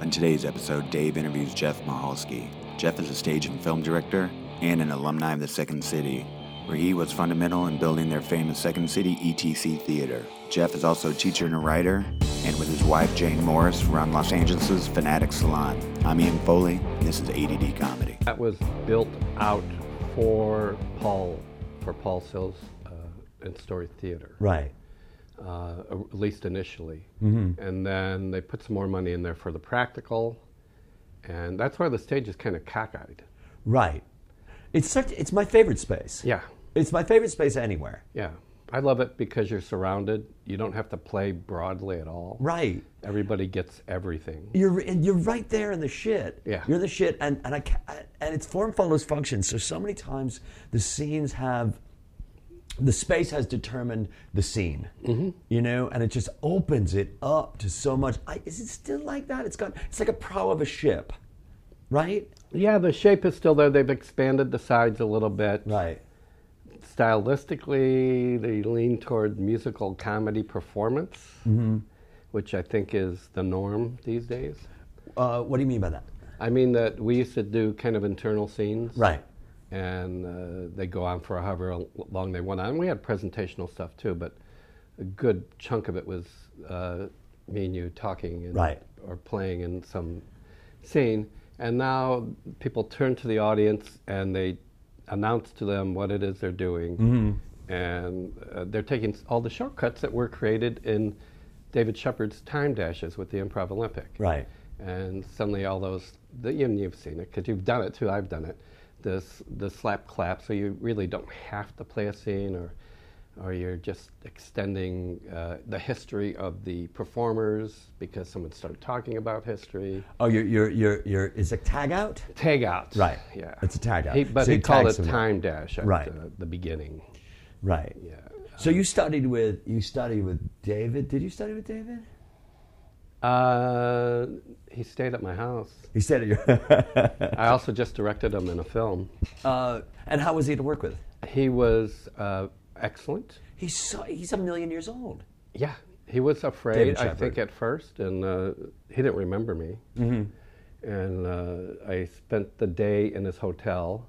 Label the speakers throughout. Speaker 1: On today's episode, Dave interviews Jeff Mahalski. Jeff is a stage and film director and an alumni of the Second City, where he was fundamental in building their famous Second City ETC Theater. Jeff is also a teacher and a writer, and with his wife Jane Morris, run Los Angeles' Fanatic Salon. I'm Ian Foley, and this is ADD Comedy.
Speaker 2: That was built out for Paul, for Paul Sills uh, and Story Theater,
Speaker 3: Right.
Speaker 2: uh, at least initially.
Speaker 3: Mm-hmm.
Speaker 2: And then they put some more money in there for the practical, and that's why the stage is kind of cockeyed.
Speaker 3: Right. It's such it's my favorite space.
Speaker 2: Yeah,
Speaker 3: It's my favorite space anywhere.
Speaker 2: yeah. I love it because you're surrounded. You don't have to play broadly at all.
Speaker 3: Right.
Speaker 2: Everybody gets everything.
Speaker 3: You're and you're right there in the shit.
Speaker 2: Yeah.
Speaker 3: You're in the shit and and I ca- and it's form follows function. So so many times the scenes have the space has determined the scene,
Speaker 2: Mm-hmm.
Speaker 3: you know, and it just opens it up to so much. I, is it still like that? It's got it's like a prow of a ship, right?
Speaker 2: Yeah, the shape is still there. They've expanded the sides a little bit.
Speaker 3: Right,
Speaker 2: stylistically they lean toward musical comedy performance which i think is the norm these days
Speaker 3: uh, what do you mean by that?
Speaker 2: i mean that we used to do kind of internal scenes
Speaker 3: Right,
Speaker 2: and uh, they go on for however long they want on we had presentational stuff too but a good chunk of it was uh, me and you talking and,
Speaker 3: Right.
Speaker 2: or playing in some scene and now people turn to the audience and they announce to them what it is they're doing
Speaker 3: Mm-hmm.
Speaker 2: and uh, they're taking s- all the shortcuts that were created in david shepard's time dashes with the improv olympic
Speaker 3: right,
Speaker 2: and suddenly all those that you, you've seen it because you've done it too i've done it this the slap clap so you really don't have to play a scene or or you're just extending uh, the history of the performers because someone started talking about history
Speaker 3: Oh, you're you're you're, you're is it tag out?
Speaker 2: tag outs
Speaker 3: Right.
Speaker 2: yeah
Speaker 3: It's a tag out.
Speaker 2: he, but
Speaker 3: So
Speaker 2: he
Speaker 3: you
Speaker 2: called
Speaker 3: tag
Speaker 2: it
Speaker 3: someone.
Speaker 2: time dash at
Speaker 3: Right.
Speaker 2: the, the beginning
Speaker 3: Right.
Speaker 2: yeah
Speaker 3: So you studied with you studied with David. Did you study with David?
Speaker 2: uh, he stayed at my house
Speaker 3: He said, it-
Speaker 2: i also just directed him in a film
Speaker 3: uh, and how was he to work with?
Speaker 2: he was uh, excellent
Speaker 3: He's so, he's a million years old.
Speaker 2: Yeah, he was afraid. I
Speaker 3: Shepard.
Speaker 2: think at first, and uh, he didn't remember me.
Speaker 3: Mm-hmm.
Speaker 2: And uh, I spent the day in his hotel.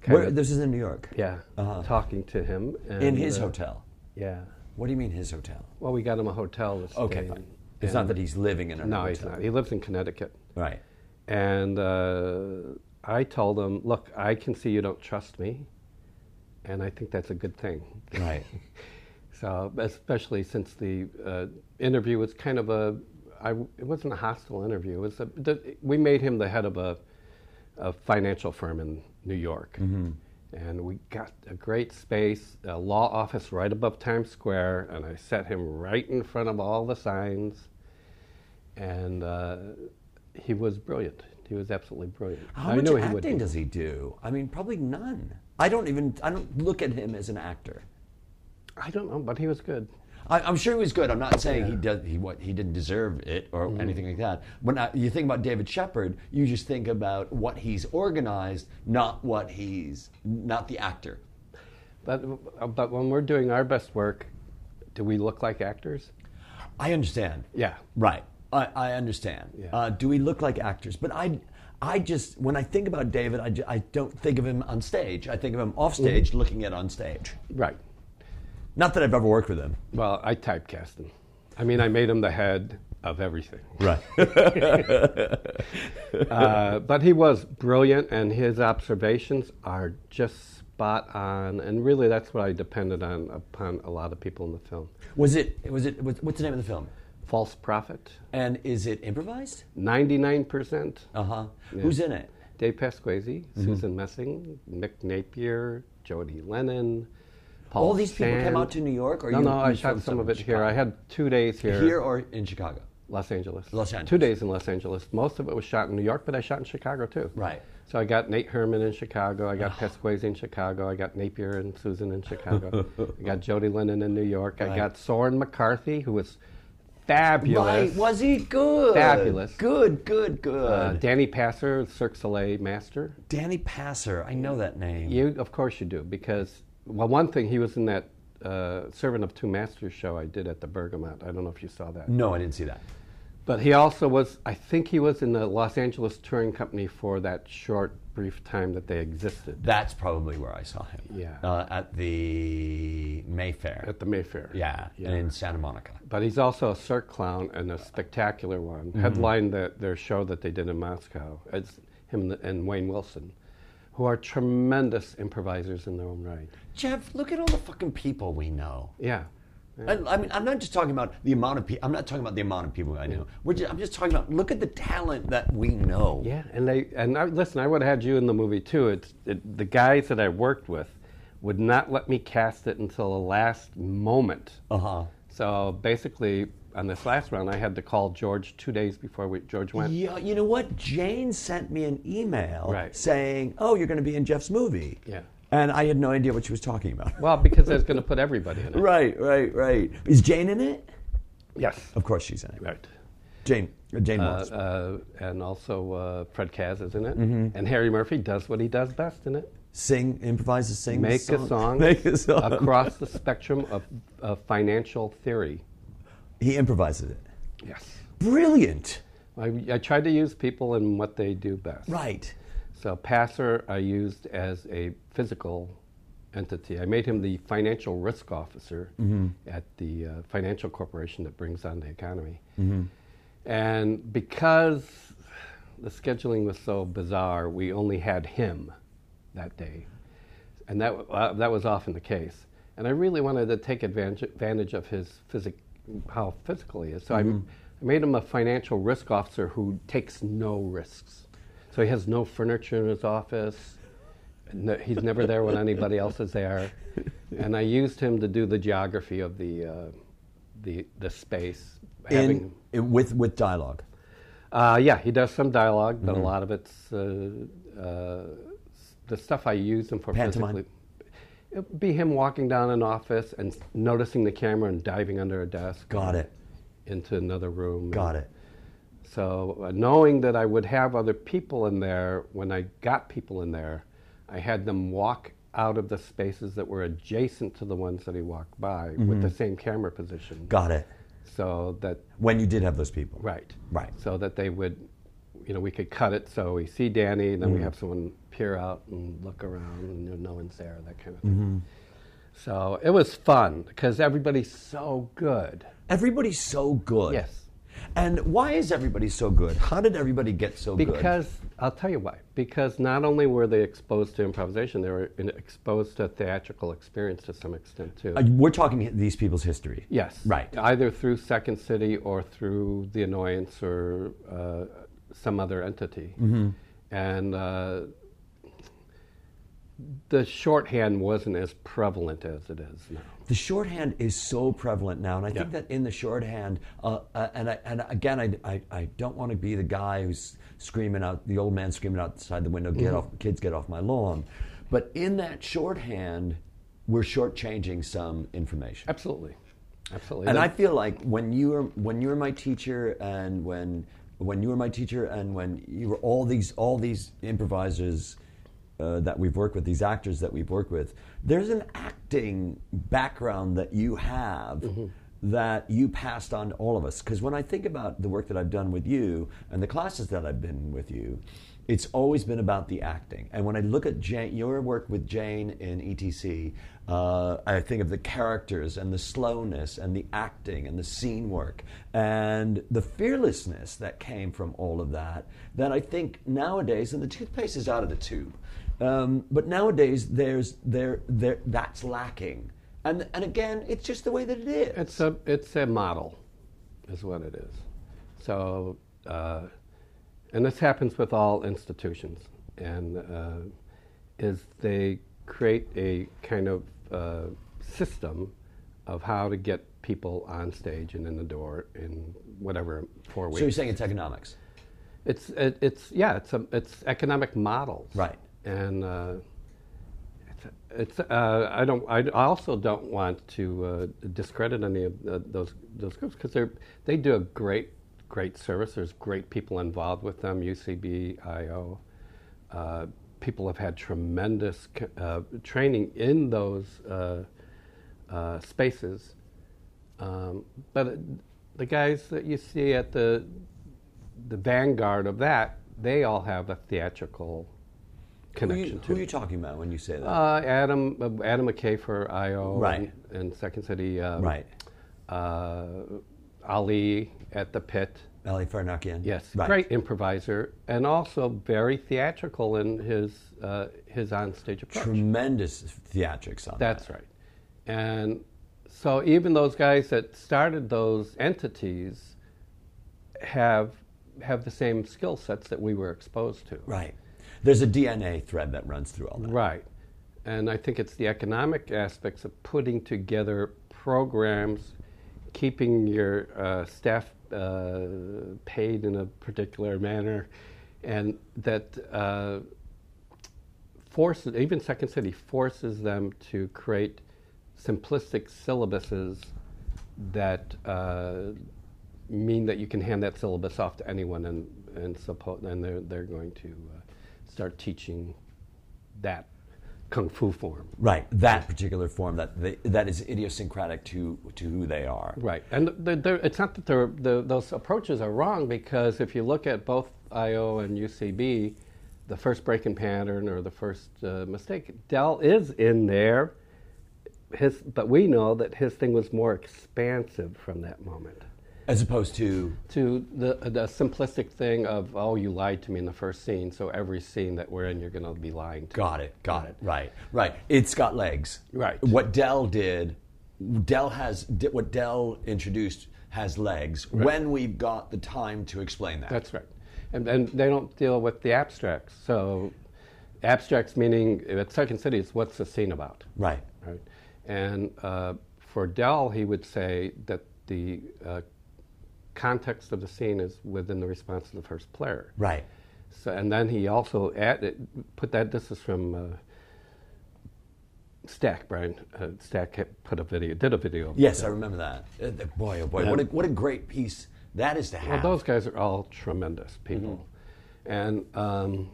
Speaker 2: kind
Speaker 3: Where,
Speaker 2: of-
Speaker 3: this is in New York.
Speaker 2: yeah, talking to him and,
Speaker 3: In his
Speaker 2: uh,
Speaker 3: hotel.
Speaker 2: Yeah.
Speaker 3: What do you mean his hotel?
Speaker 2: Well, we got him a hotel. To stay
Speaker 3: Okay,
Speaker 2: in.
Speaker 3: fine. It's not that he's living in a
Speaker 2: No,
Speaker 3: hotel.
Speaker 2: he's not. He lives in Connecticut.
Speaker 3: Right.
Speaker 2: And uh, I told him, "Look, I can see you don't trust me, and I think that's a good thing."
Speaker 3: Right.
Speaker 2: So, especially since the uh, interview was kind of a, I, it wasn't a hostile interview. It was a, the, we made him the head of a, a financial firm in New York.
Speaker 3: Mm-hmm.
Speaker 2: And we got a great space, a law office right above Times Square, and I set him right in front of all the signs. And uh, he was brilliant. He was absolutely brilliant.
Speaker 3: How
Speaker 2: I
Speaker 3: much
Speaker 2: knew he would. be.
Speaker 3: acting does he do? I mean, probably none. I don't even. I don't look at him as an actor.
Speaker 2: I don't know, but he was good.
Speaker 3: I, I'm sure he was good. I'm not saying he does he what he didn't deserve it or anything like that. When I, you think about David Shepard, you just think about what he's organized, not what he's not the actor.
Speaker 2: But, but when we're doing our best work, do we look like actors?
Speaker 3: I understand.
Speaker 2: Yeah.
Speaker 3: Right. I, I understand. Uh, do we look like actors? But I, I just when I think about David, I, ju- I don't think of him on stage. I think of him off stage, looking at on stage.
Speaker 2: Right.
Speaker 3: Not that I've ever worked with him.
Speaker 2: Well, I typecast him. I mean, I made him the head of everything.
Speaker 3: Right.
Speaker 2: Uh, but he was brilliant, and his observations are just spot on. And really, that's what I depended on upon a lot of people in the film.
Speaker 3: was it? Was it? Was, what's the name of the film?
Speaker 2: False prophet,
Speaker 3: And is it improvised?
Speaker 2: 99%.
Speaker 3: Uh huh. Who's in it?
Speaker 2: Dave Pasquazi,
Speaker 3: Mm-hmm.
Speaker 2: Susan Messing, Mick Napier, Jody Lennon. Paul
Speaker 3: All these people came
Speaker 2: Sand.
Speaker 3: out to New York, or
Speaker 2: no,
Speaker 3: you-
Speaker 2: no,
Speaker 3: you
Speaker 2: I shot
Speaker 3: filmed
Speaker 2: some
Speaker 3: some
Speaker 2: of
Speaker 3: in
Speaker 2: it here. I had two days
Speaker 3: Here or in Chicago?
Speaker 2: Los Angeles.
Speaker 3: Los Angeles.
Speaker 2: Two days in Los Angeles. Most of it was shot in New York, but I shot in Chicago too.
Speaker 3: Right.
Speaker 2: So I got Nate Herman in Chicago. I got Pesquez in Chicago. I got Napier and Susan in Chicago. I got Jody Lennon in New York. I got Soren McCarthy, who was fabulous.
Speaker 3: Right. Was he good?
Speaker 2: Fabulous.
Speaker 3: Good, good, good.
Speaker 2: Uh, Danny Passer, Cirque Soleil master.
Speaker 3: Danny Passer. I know that name.
Speaker 2: You, of course, you do because well, one thing he was in that uh, Servant of Two Masters show I did at the Bergamot. I don't know if you saw that.
Speaker 3: No, I didn't see that.
Speaker 2: But he also was, I think he was in the Los Angeles Touring Company for that short, brief time that they existed
Speaker 3: That's probably where I saw him.
Speaker 2: Yeah.
Speaker 3: Uh, at the Mayfair.
Speaker 2: at the Mayfair.
Speaker 3: yeah, in Santa Monica.
Speaker 2: But he's also a circ clown and a spectacular one. Headlined the, their show that they did in Moscow. It's him and Wayne Wilson, who are tremendous improvisers in their own right.
Speaker 3: Jeff, look at all the fucking people we know.
Speaker 2: Yeah.
Speaker 3: And, I mean, I'm not just talking about the amount of people. I'm not talking about the amount of people I know. We're just, I'm just talking about look at the talent that we know.
Speaker 2: Yeah, and they and I, listen, I would have had you in the movie too. It's it, the guys that I worked with would not let me cast it until the last moment.
Speaker 3: Uh huh.
Speaker 2: So basically, on this last round, I had to call George two days before we, George went.
Speaker 3: Yeah, you know what? Jane sent me an email
Speaker 2: Right.
Speaker 3: saying, "Oh, you're going to be in Jeff's movie."
Speaker 2: Yeah.
Speaker 3: And I had no idea what she was talking about.
Speaker 2: Well, because I was going to put everybody in it.
Speaker 3: right, right, right. Is Jane in it?
Speaker 2: Yes.
Speaker 3: Of course she's in it.
Speaker 2: Right.
Speaker 3: Jane, Jane
Speaker 2: Uh,
Speaker 3: Morris.
Speaker 2: uh, and also uh, Fred Kaz is in it,
Speaker 3: Mm-hmm.
Speaker 2: and Harry Murphy does what he does best in it:
Speaker 3: sing, improvises, sing.
Speaker 2: make
Speaker 3: the
Speaker 2: a song,
Speaker 3: Make a song.
Speaker 2: across the spectrum of, of financial theory.
Speaker 3: He improvises it.
Speaker 2: Yes.
Speaker 3: Brilliant.
Speaker 2: I, I tried to use people and what they do best.
Speaker 3: Right.
Speaker 2: So passer I used as a physical entity. I made him the financial risk officer at the uh, financial corporation that brings on the economy. And because the scheduling was so bizarre, we only had him that day, and that uh, that was often the case. And I really wanted to take advantage, advantage of his physic, how physical he is. So I, I made him a financial risk officer who takes no risks. So he has no furniture in his office. No, he's never there when anybody else is there. And I used him to do the geography of the uh, the the space.
Speaker 3: In, in- with with dialogue.
Speaker 2: Uh, yeah, he does some dialogue, but
Speaker 3: Mm-hmm.
Speaker 2: a lot of it's uh, uh, s- the stuff I use him for
Speaker 3: Pantomime?
Speaker 2: physically. It'd be him walking down an office and s- noticing the camera and diving under a desk.
Speaker 3: Got
Speaker 2: or
Speaker 3: it.
Speaker 2: Into another room.
Speaker 3: Got it.
Speaker 2: So uh, knowing that I would have other people in there, when I got people in there, I had them walk out of the spaces that were adjacent to the ones that he walked by
Speaker 3: Mm-hmm.
Speaker 2: with the same camera position.
Speaker 3: Got it.
Speaker 2: So that
Speaker 3: When you did have those people.
Speaker 2: Right.
Speaker 3: Right.
Speaker 2: So that they would, you know, we could cut it so we see Danny, and then we have someone peer out and look around, and no- no one's there, that kind of thing. So it was fun because everybody's so good.
Speaker 3: Everybody's so good.
Speaker 2: Yes.
Speaker 3: And why is everybody so good? How did everybody get so good?
Speaker 2: Because I'll tell you why. Because not only were they exposed to improvisation, they were in- exposed to theatrical experience to some extent too.
Speaker 3: Uh, we're talking these people's history.
Speaker 2: Yes.
Speaker 3: Right.
Speaker 2: Either through Second City or through The Annoyance or uh, some other entity.
Speaker 3: Mm-hmm.
Speaker 2: And uh, the shorthand wasn't as prevalent as it is now.
Speaker 3: The shorthand is so prevalent now, and I think
Speaker 2: Yeah.
Speaker 3: that in the shorthand, uh, uh, and I, and again, I, I, I don't want to be the guy who's screaming out, the old man screaming outside the window, "Get off, kids, get off my lawn!" But in that shorthand, we're shortchanging some information.
Speaker 2: Absolutely. Absolutely.
Speaker 3: And
Speaker 2: The-
Speaker 3: I feel like when you were when you were my teacher, and when when you were my teacher, and when you were all these all these improvisers uh, that we've worked with, these actors that we've worked with, there's an acting background that you have. That you passed on to all of us. Because when I think about the work that I've done with you and the classes that I've been with you, it's always been about the acting. And when I look at Jane, your work with Jane in E ETC, uh, I think of the characters and the slowness and the acting and the scene work and the fearlessness that came from all of that. That I think nowadays, and the toothpaste is out of the tube, um, but nowadays there's there there that's lacking. And and again, it's just the way that it is.
Speaker 2: It's a it's a model, is what it is. So, uh, and this happens with all institutions, and uh, is they create a kind of uh, system of how to get people on stage and in the door in whatever four
Speaker 3: so you're
Speaker 2: weeks.
Speaker 3: saying it's economics.
Speaker 2: it's it, it's yeah, it's a, it's economic models,
Speaker 3: Right.
Speaker 2: And uh, it's, it's uh, I don't I d- I also don't want to uh, discredit any of uh, those those groups because they're they do a great great service. There's great people involved with them. UCB, IO, uh, people have had tremendous c- uh, training in those uh, uh, spaces, um, but. It, the guys that you see at the the vanguard of that, they all have a theatrical
Speaker 3: Who,
Speaker 2: connection
Speaker 3: you,
Speaker 2: to
Speaker 3: who
Speaker 2: it.
Speaker 3: are you talking about when you say that?
Speaker 2: Uh, Adam uh, Adam McKay for IO
Speaker 3: Right.
Speaker 2: and, and Second City. Um,
Speaker 3: right.
Speaker 2: Uh, Ali at the Pit.
Speaker 3: Ali Farnakian.
Speaker 2: Yes,
Speaker 3: Right.
Speaker 2: great improviser and also very theatrical in his uh, his onstage approach.
Speaker 3: Tremendous theatrics on
Speaker 2: That's right. And so even those guys that started those entities have have the same skill sets that we were exposed to.
Speaker 3: that. Right. There's a DNA thread that runs through all that.
Speaker 2: Right. And I think it's the economic aspects of putting together programs, keeping your uh, staff uh, paid in a particular manner, and that uh, forces, even Second City forces them to create simplistic syllabuses that uh, mean that you can hand that syllabus off to anyone and, and, suppo- and they're, they're going to uh, start teaching that kung fu form.
Speaker 3: Right. That particular form that they, that is idiosyncratic to to who they are.
Speaker 2: Right, and the, the, it's not that they're, the, those approaches are wrong because if you look at both IO and UCB, the first break in pattern or the first uh, mistake, Dell is in there. His, but we know that his thing was more expansive from that moment
Speaker 3: As opposed to
Speaker 2: to the, the simplistic thing of oh you lied to me in the first scene, so every scene that we're in you're going to be lying to.
Speaker 3: Got it. Got it. Right. Right. It's got legs.
Speaker 2: Right.
Speaker 3: What Dell did, Dell has di- what Dell introduced has legs. When we've got the time to explain that.
Speaker 2: That's right. And, and they don't deal with the abstracts. So, abstracts meaning at Second City, it's what's the scene about,
Speaker 3: right.
Speaker 2: right? And uh, for Dell, he would say that the uh, context of the scene is within the response of the first player.
Speaker 3: Right.
Speaker 2: So, and then he also added, put that, this is from uh, Stack, Brian. Uh, Stack had put a video, did a video. of
Speaker 3: Yes, I remember that. Uh, th- Boy, oh boy, what a what a great piece that is to have. Mm-hmm.
Speaker 2: Well, those guys are all tremendous people. And um,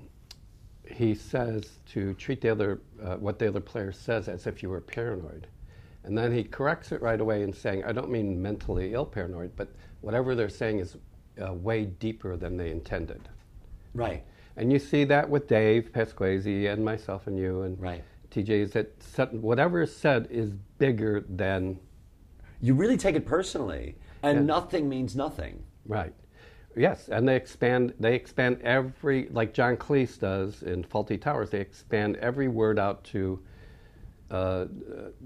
Speaker 2: he says to treat the other, uh, what the other player says as if you were paranoid. And then he corrects it right away in saying, I don't mean mentally ill paranoid, but whatever they're saying is uh, way deeper than they intended.
Speaker 3: right.
Speaker 2: And you see that with Dave Pasquazi and myself and you and
Speaker 3: Right.
Speaker 2: TJ is that set, whatever is said is bigger than
Speaker 3: You really take it personally, and nothing means nothing.
Speaker 2: Right. Yes, and they expand. They expand every like John Cleese does in Faulty Towers. They expand every word out to uh, uh,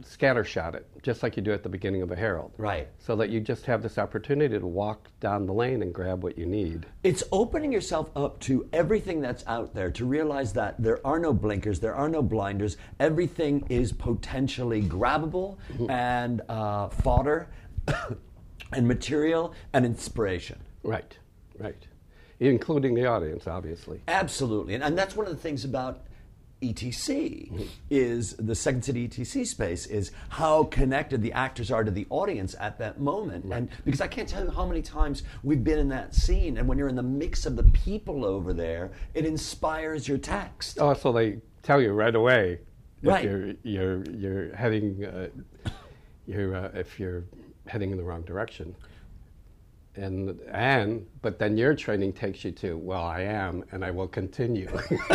Speaker 2: scattershot it, just like you do at the beginning of a Herald.
Speaker 3: Right.
Speaker 2: So that you just have this opportunity to walk down the lane and grab what you need.
Speaker 3: It's opening yourself up to everything that's out there to realize that there are no blinkers, there are no blinders. Everything is potentially grabbable and uh, fodder and material and inspiration.
Speaker 2: Right. Right. Including the audience, obviously.
Speaker 3: Absolutely, and, and that's one of the things about etc is the second city etc space is how connected the actors are to the audience at that moment and because i can't tell you how many times we've been in that scene and when you're in the mix of the people over there it inspires your text
Speaker 2: Also, they tell you right away if
Speaker 3: Right.
Speaker 2: you're you're you're heading uh, you're uh, if you're heading in the wrong direction. And and but then your training takes you to well I am and I will continue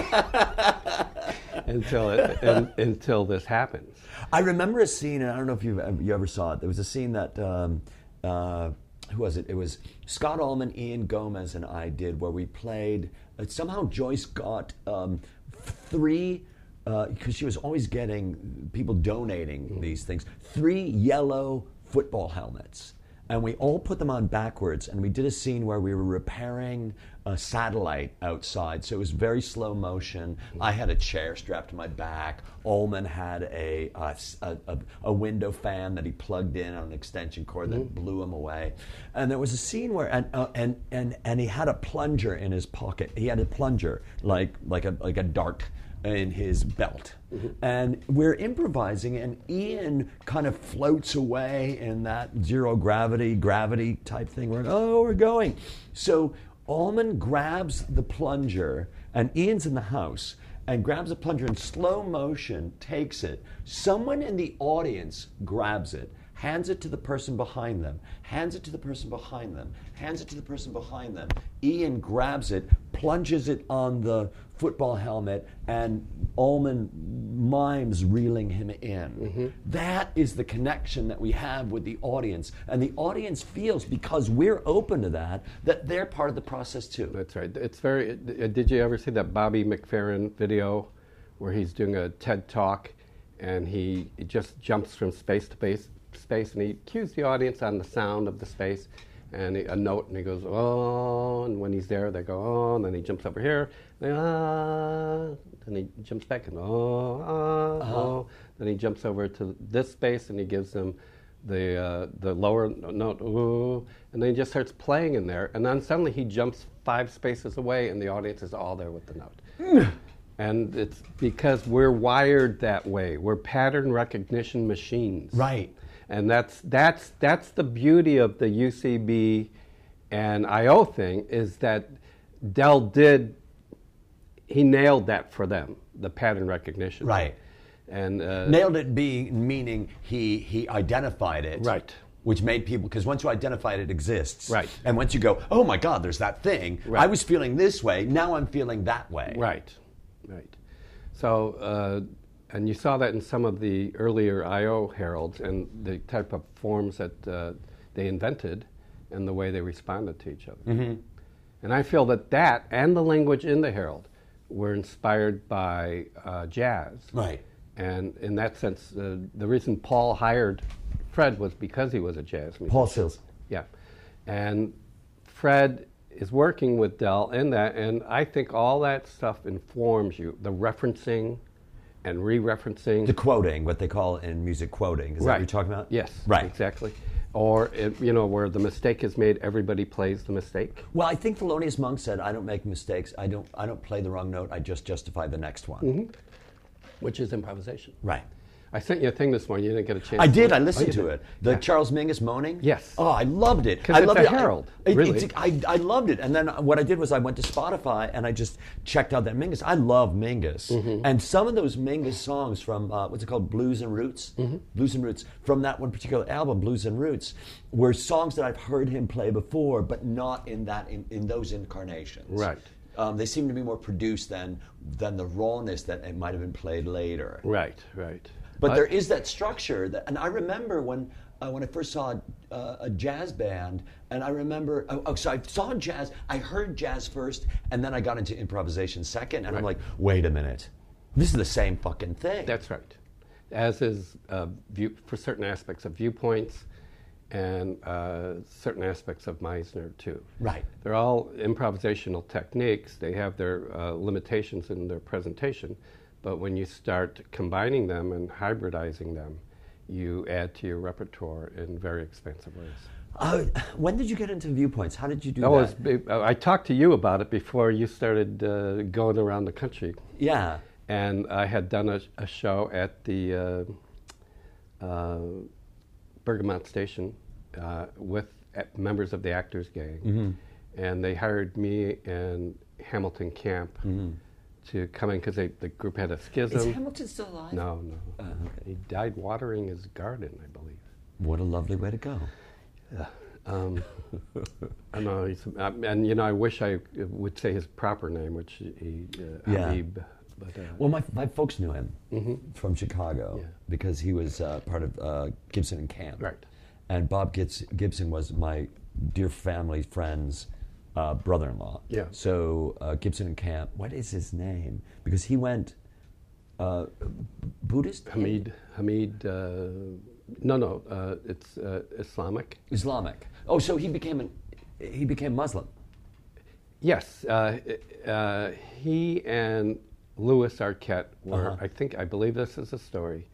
Speaker 2: until it, un until this happens.
Speaker 3: I remember a scene, and I don't know if you you ever saw it. There was a scene that um, uh, who was it? It was Scott Allman, Ian Gomez, and I did where we played. uh, Somehow Joyce got um, three. Because she was always getting people donating these things, three yellow football helmets, and we all put them on backwards. And we did a scene where we were repairing a satellite outside, so it was very slow motion. I had a chair strapped to my back. Ullman had a uh, s- a, a- a window fan that he plugged in on an extension cord that blew him away. And there was a scene where and uh, and and and he had a plunger in his pocket. He had a plunger like like a like a dart in his belt. And we're improvising, and Ian kind of floats away in that zero gravity, gravity type thing. We're like, oh, we're going. So Allman grabs the plunger, and Ian's in the house, and grabs the plunger in slow motion, takes it. Someone in the audience grabs it, hands it to the person behind them, hands it to the person behind them, hands it to the person behind them. Ian grabs it, plunges it on the football helmet, and Ullman mimes reeling him in. That is the connection that we have with the audience. And the audience feels, because we're open to that, that they're part of the process too.
Speaker 2: That's right. It's very. uh, Did you ever see that Bobby McFerrin video where he's doing a TED talk and he just jumps from space to space, space and he cues the audience on the sound of the space and he, a note and he goes, oh, and when he's there, they go, oh, and then he jumps over here, and then, ah, and he jumps back and, oh, ah, oh. Then he jumps over to this space and he gives them the uh, the lower note, ooh, and then he just starts playing in there, and then suddenly he jumps five spaces away, and the audience is all there with the note. and it's because we're wired that way. We're pattern recognition machines,
Speaker 3: Right.
Speaker 2: And that's that's that's the beauty of the UCB and IO thing is that Dell did he nailed that for them the pattern recognition,
Speaker 3: Right.
Speaker 2: And uh,
Speaker 3: Nailed it being meaning he he identified it.
Speaker 2: Right.
Speaker 3: Which made people because once you identify it, it exists.
Speaker 2: Right.
Speaker 3: And once you go, oh my God, there's that thing. I was feeling this way. Now I'm feeling that way.
Speaker 2: Right, right. So, uh, and you saw that in some of the earlier I/O heralds and the type of forms that uh, they invented, and the way they responded to each other. And I feel that that and the language in the herald were inspired by uh, jazz.
Speaker 3: Right.
Speaker 2: And in that sense, uh, the reason Paul hired Fred was because he was a jazz musician.
Speaker 3: Paul Sills.
Speaker 2: Yeah. And Fred is working with Dell in that, and I think all that stuff informs you the referencing and re referencing.
Speaker 3: The quoting, what they call in music quoting. Is that what you're talking about?
Speaker 2: Yes.
Speaker 3: Right.
Speaker 2: Exactly. Or, it, you know, where the mistake is made, everybody plays the mistake.
Speaker 3: Well, I think Thelonious Monk said, I don't make mistakes. I don't I don't play the wrong note. I just justify the next one.
Speaker 2: Mm-hmm. Which is improvisation.
Speaker 3: Right.
Speaker 2: I sent you a thing this morning. You didn't get a chance.
Speaker 3: I
Speaker 2: to
Speaker 3: did.
Speaker 2: look-
Speaker 3: I
Speaker 2: Oh,
Speaker 3: listened
Speaker 2: you
Speaker 3: to
Speaker 2: did.
Speaker 3: it. The Charles Mingus moaning.
Speaker 2: Yes.
Speaker 3: Oh, I loved it.
Speaker 2: 'Cause
Speaker 3: I
Speaker 2: it's
Speaker 3: loved
Speaker 2: a
Speaker 3: it. I-
Speaker 2: herald,
Speaker 3: it-
Speaker 2: really.
Speaker 3: it's- I, I loved it. And then what I did was I went to Spotify and I just checked out that Mingus. I love Mingus.
Speaker 2: Mm-hmm.
Speaker 3: And some of those Mingus songs from uh, what's it called, Blues and Roots,
Speaker 2: Mm-hmm.
Speaker 3: Blues and Roots, from that one particular album, Blues and Roots, were songs that I've heard him play before, but not in that in, in those incarnations.
Speaker 2: Right.
Speaker 3: Um, they seem to be more produced than than the rawness that it might have been played later.
Speaker 2: Right, right.
Speaker 3: But there is that structure, that, and I remember when uh, when I first saw uh, a jazz band, and I remember, oh, oh, so I saw jazz, I heard jazz first, and then I got into improvisation second, and I'm like, wait a minute, this is the same fucking thing.
Speaker 2: That's right. As is uh, view, for certain aspects of viewpoints and uh, certain aspects of Meisner, too.
Speaker 3: Right.
Speaker 2: They're all improvisational techniques. They have their uh, limitations in their presentation, but when you start combining them and hybridizing them, you add to your repertoire in very expansive ways.
Speaker 3: Uh, when did you get into viewpoints? How did you do
Speaker 2: That
Speaker 3: that?
Speaker 2: was, big- I talked to you about it before you started uh, going around the country
Speaker 3: yeah.
Speaker 2: and I had done a, a show at the uh, uh, Bergamot Station uh, with uh, members of the Actors Gang, and they hired me and Hamilton Camp to come in because the group had a
Speaker 3: Is
Speaker 2: schism.
Speaker 3: Hamilton still alive?
Speaker 2: no, no, he died watering his garden, I believe.
Speaker 3: What a lovely way to go.
Speaker 2: Um, I know, he's, um, and you know, I wish I would say his proper name, which he uh,
Speaker 3: Yeah.
Speaker 2: Habib, but. Uh,
Speaker 3: Well, my, my folks knew him from Chicago
Speaker 2: Mm-hmm. Yeah.
Speaker 3: because he was uh, part of uh, Gibson and Camp.
Speaker 2: Right.
Speaker 3: And Bob Gitz, Gibson was my dear family friend's uh, brother in law.
Speaker 2: Yeah.
Speaker 3: So uh, Gibson and Camp, what is his name? Because he went uh, Buddhist?
Speaker 2: Hamid, Hamid, uh, no, no, uh, it's uh, Islamic.
Speaker 3: Islamic. Oh, so he became, an, he became Muslim.
Speaker 2: Yes, uh, uh, he and Louis Arquette were, I think, I believe this is a story.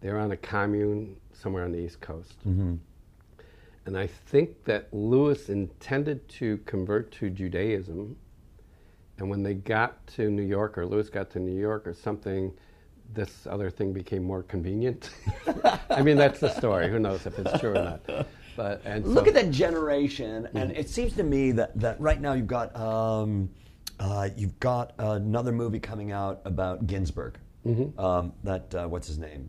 Speaker 2: They're on a commune somewhere on the East Coast. And I think that Louis intended to convert to Judaism. And when they got to New York, or Lewis got to New York, or something, this other thing became more convenient. I mean, that's the story. Who knows if it's true or not? But and
Speaker 3: Look
Speaker 2: so-
Speaker 3: at that generation, and it seems to me that, that right now you've got um, uh, you've got another movie coming out about Ginsburg. Um, that uh, what's his name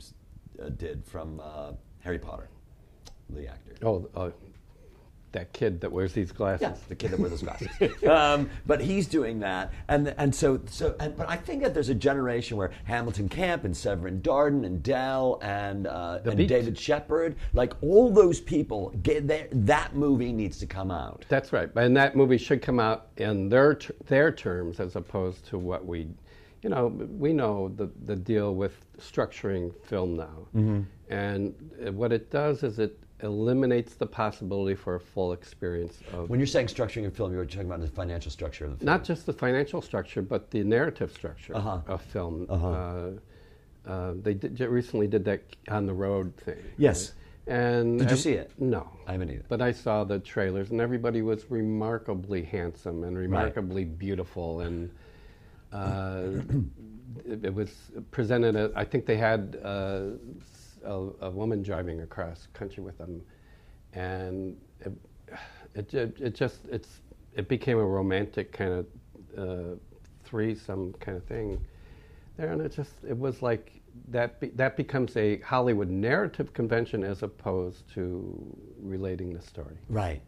Speaker 3: uh, did from uh, Harry Potter. the actor.
Speaker 2: Oh, uh, that kid that wears these glasses.
Speaker 3: Yeah, the kid that wears those glasses. um, but he's doing that, and and so so. And, but I think that there's a generation where Hamilton Camp and Severin Darden and Dell and uh, and
Speaker 2: Beat.
Speaker 3: David Shepard, like all those people, get there, that movie needs to come out.
Speaker 2: That's right. And that movie should come out in their ter- their terms as opposed to what we, you know, we know the, the deal with structuring film now. And uh, what it does is it eliminates the possibility for a full experience of
Speaker 3: When you're saying structuring a film, you're talking about the financial structure of the film.
Speaker 2: not just the financial structure, but the narrative structure of film. Uh, uh, they did, ju- recently did that on the road thing.
Speaker 3: Yes.
Speaker 2: right? And
Speaker 3: Did you
Speaker 2: ev-
Speaker 3: see it?
Speaker 2: No,
Speaker 3: I haven't either.
Speaker 2: But I saw the trailers, and everybody was remarkably handsome and remarkably beautiful, and uh, it, it was presented. a- I think they had uh, s- a, a woman driving across country with them, and it, it, ju- it just it's it became a romantic kind of uh, threesome kind of thing there, and it just it was like that be, that becomes a Hollywood narrative convention as opposed to relating the story.
Speaker 3: Right.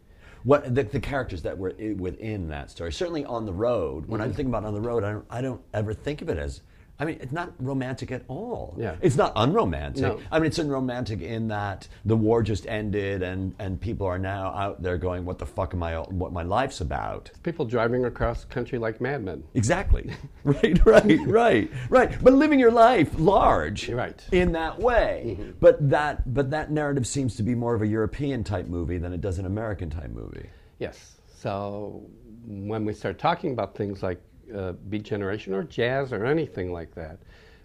Speaker 3: What the, the characters that were i- within that story? Certainly on the road. When
Speaker 2: Mm-hmm.
Speaker 3: I think about on the road, I don't, I don't ever think of it as. I mean, it's not romantic at all.
Speaker 2: Yeah.
Speaker 3: It's not unromantic.
Speaker 2: No.
Speaker 3: I mean, it's unromantic in that the war just ended, and, and people are now out there going, "What the fuck am I? What my life's about?"
Speaker 2: People driving across country like madmen.
Speaker 3: Exactly. Right, right, right, right. But living your life large
Speaker 2: Right. Mm-hmm.
Speaker 3: in that way. But that but that narrative seems to be more of a European type movie than it does an American type movie.
Speaker 2: Yes. So when we start talking about things like uh, Beat Generation or jazz or anything like that,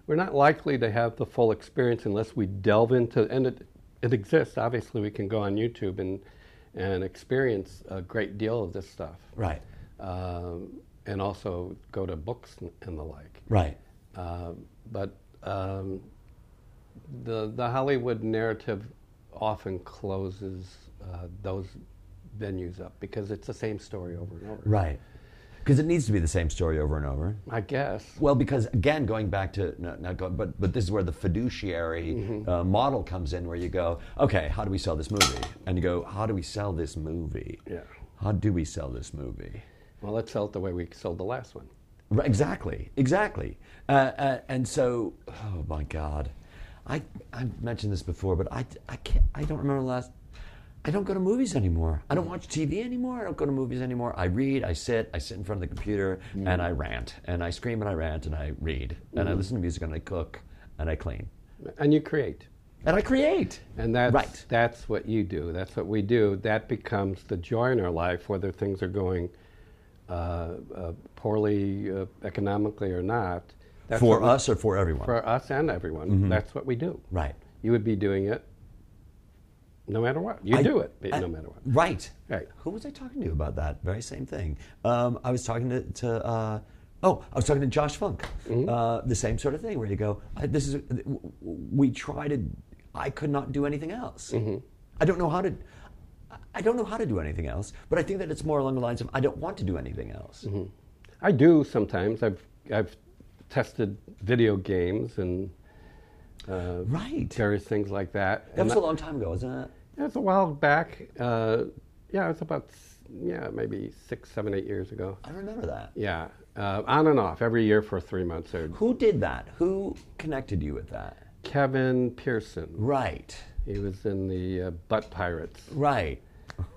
Speaker 2: we're not likely to have the full experience unless we delve into and it. It exists. Obviously, we can go on YouTube and and experience a great deal of this stuff,
Speaker 3: Right.
Speaker 2: um, and also go to books and- and the like.
Speaker 3: Right.
Speaker 2: Um, but um, the the Hollywood narrative often closes uh, those venues up because it's the same story over and over.
Speaker 3: Right. Because it needs to be the same story over and over.
Speaker 2: I guess.
Speaker 3: Well, because again, going back to no, not go, but but this is where the fiduciary
Speaker 2: Mm-hmm.
Speaker 3: uh, model comes in, where you go, okay, how do we sell this movie? And you go, how do we sell this movie?
Speaker 2: Yeah.
Speaker 3: How do we sell this movie?
Speaker 2: Well, let's sell it the way we sold the last one.
Speaker 3: Right, Exactly, exactly. Uh, uh, and so, oh my God, I I mentioned this before, but I I can't I don't remember the last. I don't go to movies anymore. I don't watch TV anymore. I don't go to movies anymore. I read. I sit. I sit in front of the computer
Speaker 2: Mm.
Speaker 3: and I rant and I scream and I rant and I read and I listen to music and I cook and I clean
Speaker 2: And you create.
Speaker 3: and I create.
Speaker 2: And that's,
Speaker 3: Right.
Speaker 2: that's what you do. That's what we do. That becomes the joy in our life, whether things are going uh, uh, poorly uh, economically or not. That's
Speaker 3: for
Speaker 2: what we-
Speaker 3: us Mm-hmm. or for everyone.
Speaker 2: for us and everyone. That's what we do.
Speaker 3: right.
Speaker 2: You would be doing it no matter what. You
Speaker 3: I-
Speaker 2: do it
Speaker 3: I-
Speaker 2: no matter what.
Speaker 3: Right.
Speaker 2: Right.
Speaker 3: Who was I talking to about that very same thing? Um, I was talking to, to uh, oh, I was talking to Josh Funk.
Speaker 2: Mm-hmm.
Speaker 3: Uh, the same sort of thing where you go, I, this is, w- we try to, I could not do anything else.
Speaker 2: Mm-hmm.
Speaker 3: I don't know how to. I don't know how to do anything else, but I think that it's more along the lines of I don't want to do anything else.
Speaker 2: Mm-hmm. I do sometimes. I've I've tested video games and uh,
Speaker 3: Right.
Speaker 2: various things like that.
Speaker 3: That
Speaker 2: And
Speaker 3: was a long time ago, wasn't
Speaker 2: I-
Speaker 3: it?
Speaker 2: it was a while back. Uh, yeah, it was about s- yeah maybe six, seven, eight years ago.
Speaker 3: I remember that.
Speaker 2: Yeah, uh, on and off every year for three months. Or
Speaker 3: Who did that? Who connected you with that?
Speaker 2: Kevin Pearson.
Speaker 3: Right.
Speaker 2: He was in the uh, Butt Pirates.
Speaker 3: Right.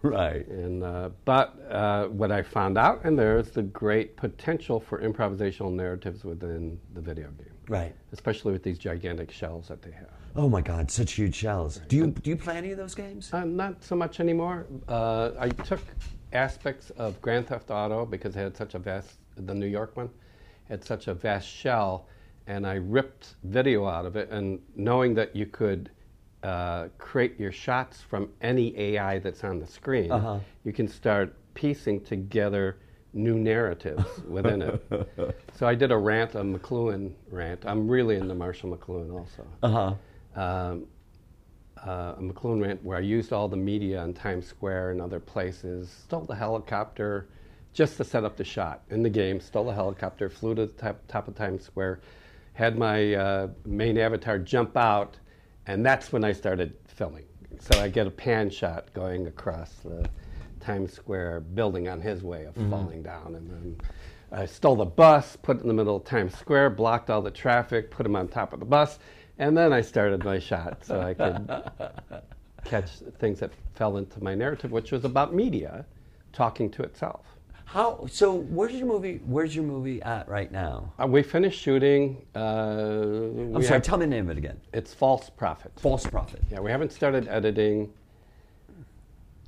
Speaker 3: Right.
Speaker 2: And, uh, but uh, what I found out in there is the great potential for improvisational narratives within the video game,
Speaker 3: Right.
Speaker 2: especially with these gigantic shells that they have.
Speaker 3: Oh my God, such huge shells. Do you do you play any of those games?
Speaker 2: Uh, not so much anymore. Uh, I took aspects of Grand Theft Auto because it had such a vast, the New York one, had such a vast shell, and I ripped video out of it. And knowing that you could uh, create your shots from any AI that's on the screen, you can start piecing together new narratives within it. So I did a rant, a McLuhan rant. I'm really into Marshall McLuhan also um, uh, a McLuhan rant where I used all the media on Times Square and other places, stole the helicopter just to set up the shot in the game, stole the helicopter, flew to the top, top of Times Square, had my uh, main avatar jump out, and that's when I started filming. so I get a pan shot going across the Times Square building on his way of falling down, and then I stole the bus, put it in the middle of Times Square, blocked all the traffic, put him on top of the bus, and then I started my shot so I could catch things that fell into my narrative, which was about media talking to itself.
Speaker 3: How? So where's your movie? Where's your movie at right now?
Speaker 2: Uh, we finished shooting. Uh, we
Speaker 3: I'm sorry.
Speaker 2: have-
Speaker 3: tell me the name of it again.
Speaker 2: it's false prophet.
Speaker 3: False Prophet.
Speaker 2: Yeah, we haven't started editing.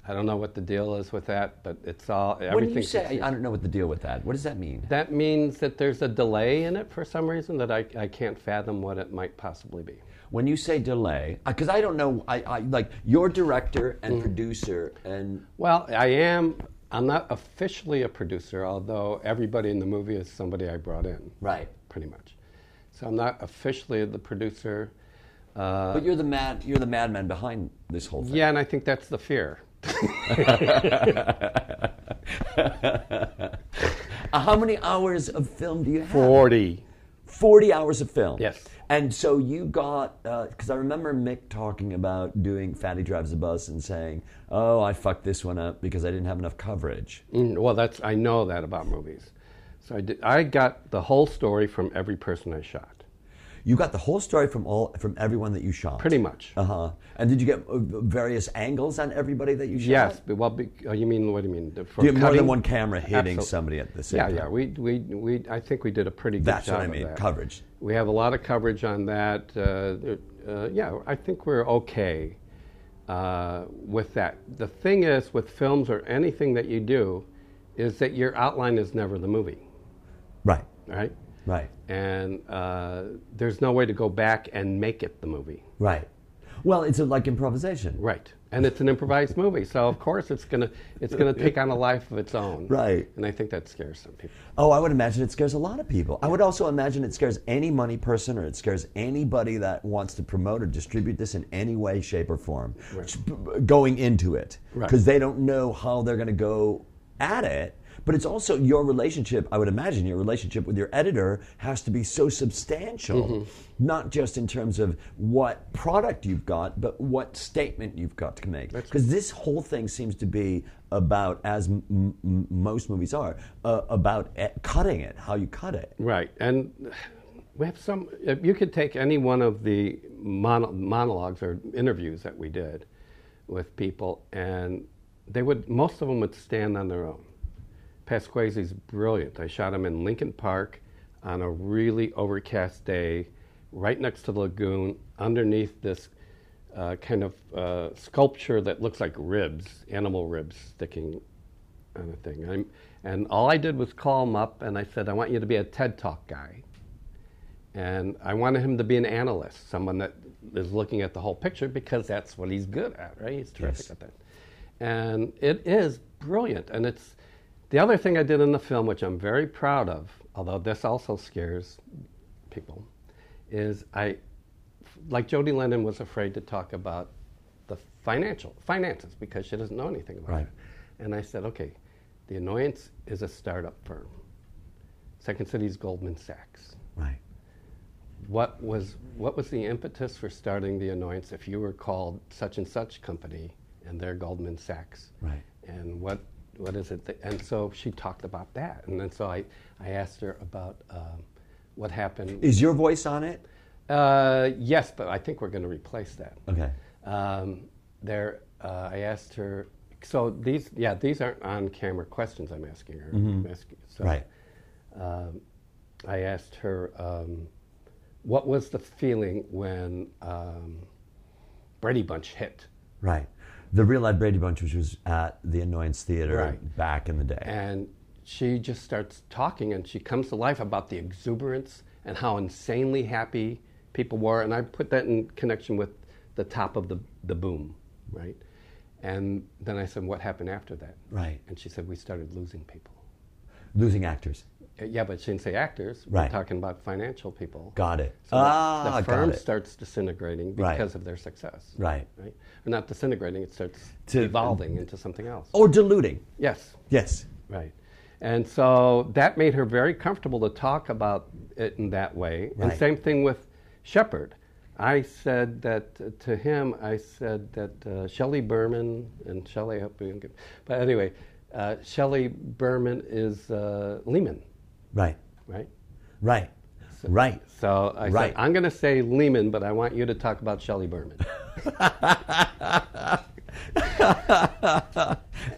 Speaker 2: I don't know what the deal is with that, but it's all
Speaker 3: When
Speaker 2: everything.
Speaker 3: you say I don't know what the deal with that, what does that mean?
Speaker 2: that means that there's a delay in it for some reason that I, I can't fathom what it might possibly be.
Speaker 3: When you say delay, because I don't know, I, I like your director and
Speaker 2: Mm.
Speaker 3: producer and
Speaker 2: Well, I am. I'm not officially a producer, although everybody in the movie is somebody I brought in,
Speaker 3: right,
Speaker 2: pretty much. So I'm not officially the producer. Uh,
Speaker 3: but you're the mad you're the madman behind this whole thing.
Speaker 2: yeah, and I think that's the fear.
Speaker 3: Uh, How many hours of film do you have?
Speaker 2: Forty.
Speaker 3: Forty hours of film.
Speaker 2: Yes.
Speaker 3: And so you got because I remember Mick talking about doing Fatty drives the bus and saying, "Oh, I fucked this one up because I didn't have enough coverage."
Speaker 2: Mm, well, that's I know that about movies. So I did, I got the whole story from every person I shot,
Speaker 3: You got the whole story from all from everyone that you shot.
Speaker 2: pretty much.
Speaker 3: Uh huh. And did you get uh, various angles on everybody that you shot?
Speaker 2: yes, but well, be, oh, you mean what do you mean? the- From
Speaker 3: You have more than
Speaker 2: cutting?
Speaker 3: one camera hitting
Speaker 2: Absolute-
Speaker 3: somebody at the same
Speaker 2: Yeah,
Speaker 3: time.
Speaker 2: yeah. We, we, we, I think we did a pretty good
Speaker 3: That's
Speaker 2: job
Speaker 3: what I
Speaker 2: of
Speaker 3: mean.
Speaker 2: that.
Speaker 3: Coverage.
Speaker 2: We have a lot of coverage on that. Uh, uh, yeah, I think we're okay uh, with that. The thing is, with films or anything that you do, is that your outline is never the movie,
Speaker 3: Right.
Speaker 2: right?
Speaker 3: Right.
Speaker 2: And uh, there's no way to go back and make it the movie,
Speaker 3: Right. Well, it's like improvisation.
Speaker 2: right? And it's an improvised movie, so of course it's gonna it's gonna take on a life of its own,
Speaker 3: Right.
Speaker 2: And I think that scares some people.
Speaker 3: Oh, I would imagine it scares a lot of people. I would also imagine it scares any money person or it scares anybody that wants to promote or distribute this in any way, shape, or form s- b- b- going into it
Speaker 2: Right.
Speaker 3: because they don't know how they're going to go at it. But it's also your relationship, I would imagine, your relationship with your editor has to be so substantial, not just in terms of what product you've got, but what statement you've got to make. Because this whole thing seems to be about, as m- m- m- most movies are, uh, about e- cutting it, how you cut it.
Speaker 2: Right, and we have some. If you could take any one of the mono, monologues or interviews that we did with people, and they would most of them would stand on their own. Pasquazi's brilliant. I shot him in Lincoln Park on a really overcast day, right next to the lagoon, underneath this uh, kind of uh, sculpture that looks like ribs, animal ribs sticking on a thing. I'm, and all I did was call him up and I said, I want you to be a TED Talk guy. And I wanted him to be an analyst, someone that is looking at the whole picture because that's what he's good at, right? He's terrific at that. And it is brilliant. And it's the other thing I did in the film, which I'm very proud of, although this also scares people, is I, like Jody Lennon was afraid to talk about the financial finances because she doesn't know anything about
Speaker 3: Right.
Speaker 2: it. And I said, okay, the annoyance is a startup firm. Second City is Goldman Sachs
Speaker 3: Right.
Speaker 2: what was what was the impetus for starting the annoyance if you were called such and such company and they're Goldman Sachs?
Speaker 3: Right.
Speaker 2: And what what is it? That, and so she talked about that, and then so I I asked her about um, what happened.
Speaker 3: Is your voice on it?
Speaker 2: Uh, yes, but I think we're going to replace that.
Speaker 3: Okay.
Speaker 2: Um, there, uh, I asked her. So these, yeah, these aren't on-camera questions. I'm asking her. I'm asking- so,
Speaker 3: Mm-hmm. Right.
Speaker 2: um, I asked her, um, what was the feeling when um, Brady Bunch hit?
Speaker 3: Right. The real Ed Brady Bunch, which was at the Annoyance Theater
Speaker 2: Right.
Speaker 3: back in the day.
Speaker 2: And she just starts talking and she comes to life about the exuberance and how insanely happy people were. And I put that in connection with the top of the, the boom, right? And then I said, what happened after that?
Speaker 3: Right.
Speaker 2: And she said, we started losing people.
Speaker 3: Losing actors.
Speaker 2: Uh, Yeah, but she didn't say actors. We're
Speaker 3: Right.
Speaker 2: talking about financial people.
Speaker 3: Got it.
Speaker 2: So the-
Speaker 3: ah,
Speaker 2: the
Speaker 3: got
Speaker 2: firm
Speaker 3: it.
Speaker 2: starts disintegrating
Speaker 3: Right.
Speaker 2: because of their success.
Speaker 3: right.
Speaker 2: Right? Or not disintegrating, it starts
Speaker 3: To- um, Oh.
Speaker 2: evolving into something else.
Speaker 3: Or diluting.
Speaker 2: Yes,
Speaker 3: Yes.
Speaker 2: right. And so that made her very comfortable to talk about it in that way.
Speaker 3: Right.
Speaker 2: And same thing with Shepard. I said that to him, I said that uh, Shelley Berman, and Shelley, I hope we don't get, but anyway, uh, Shelley Berman is uh, Lehman,
Speaker 4: Right.
Speaker 2: right?
Speaker 4: Right. Right.
Speaker 2: So I
Speaker 4: Right.
Speaker 2: said, I'm going to say Lehman, but I want you to talk about Shelley Berman.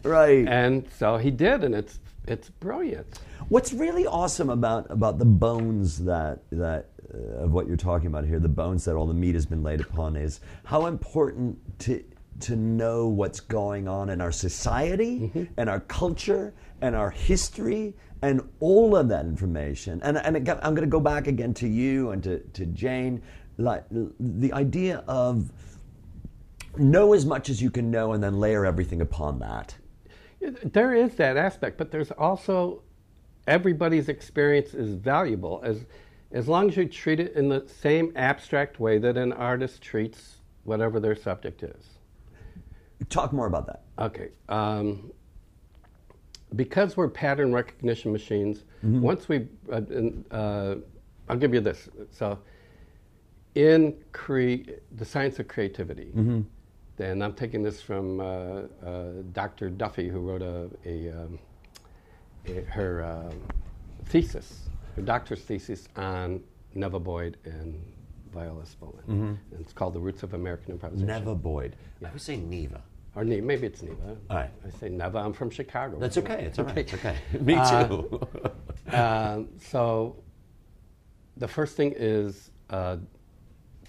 Speaker 4: Right.
Speaker 2: and so he did, and it's, it's brilliant.
Speaker 4: What's really awesome about about the bones that that uh, of what you're talking about here, the bones that all the meat has been laid upon, is how important to to know what's going on in our society and our culture and our history and all of that information. And and again, I'm going to go back again to you and to to Jane, like the idea of know as much as you can know and then layer everything upon that.
Speaker 2: There is that aspect, but there's also everybody's experience is valuable as as long as you treat it in the same abstract way that an artist treats whatever their subject is.
Speaker 4: Talk more about that.
Speaker 2: Okay. Um, because we're pattern recognition machines, once we, uh, in, uh, I'll give you this. So, in cre- the science of creativity, and I'm taking this from uh, uh, Dr. Duffy, who wrote a, a, um, a- her um thesis, her doctor's thesis on Neva Boyd and Viola Spolin. It's called The Roots of American Improvisation.
Speaker 4: Never Boyd.
Speaker 3: I would say Neva.
Speaker 2: Or ne- maybe it's Neva.
Speaker 4: All right.
Speaker 2: I say Neva. I'm from Chicago.
Speaker 3: That's
Speaker 2: right? Uh,
Speaker 3: okay. It's all right. It's okay. Me too.
Speaker 2: Um, so, the first thing is uh,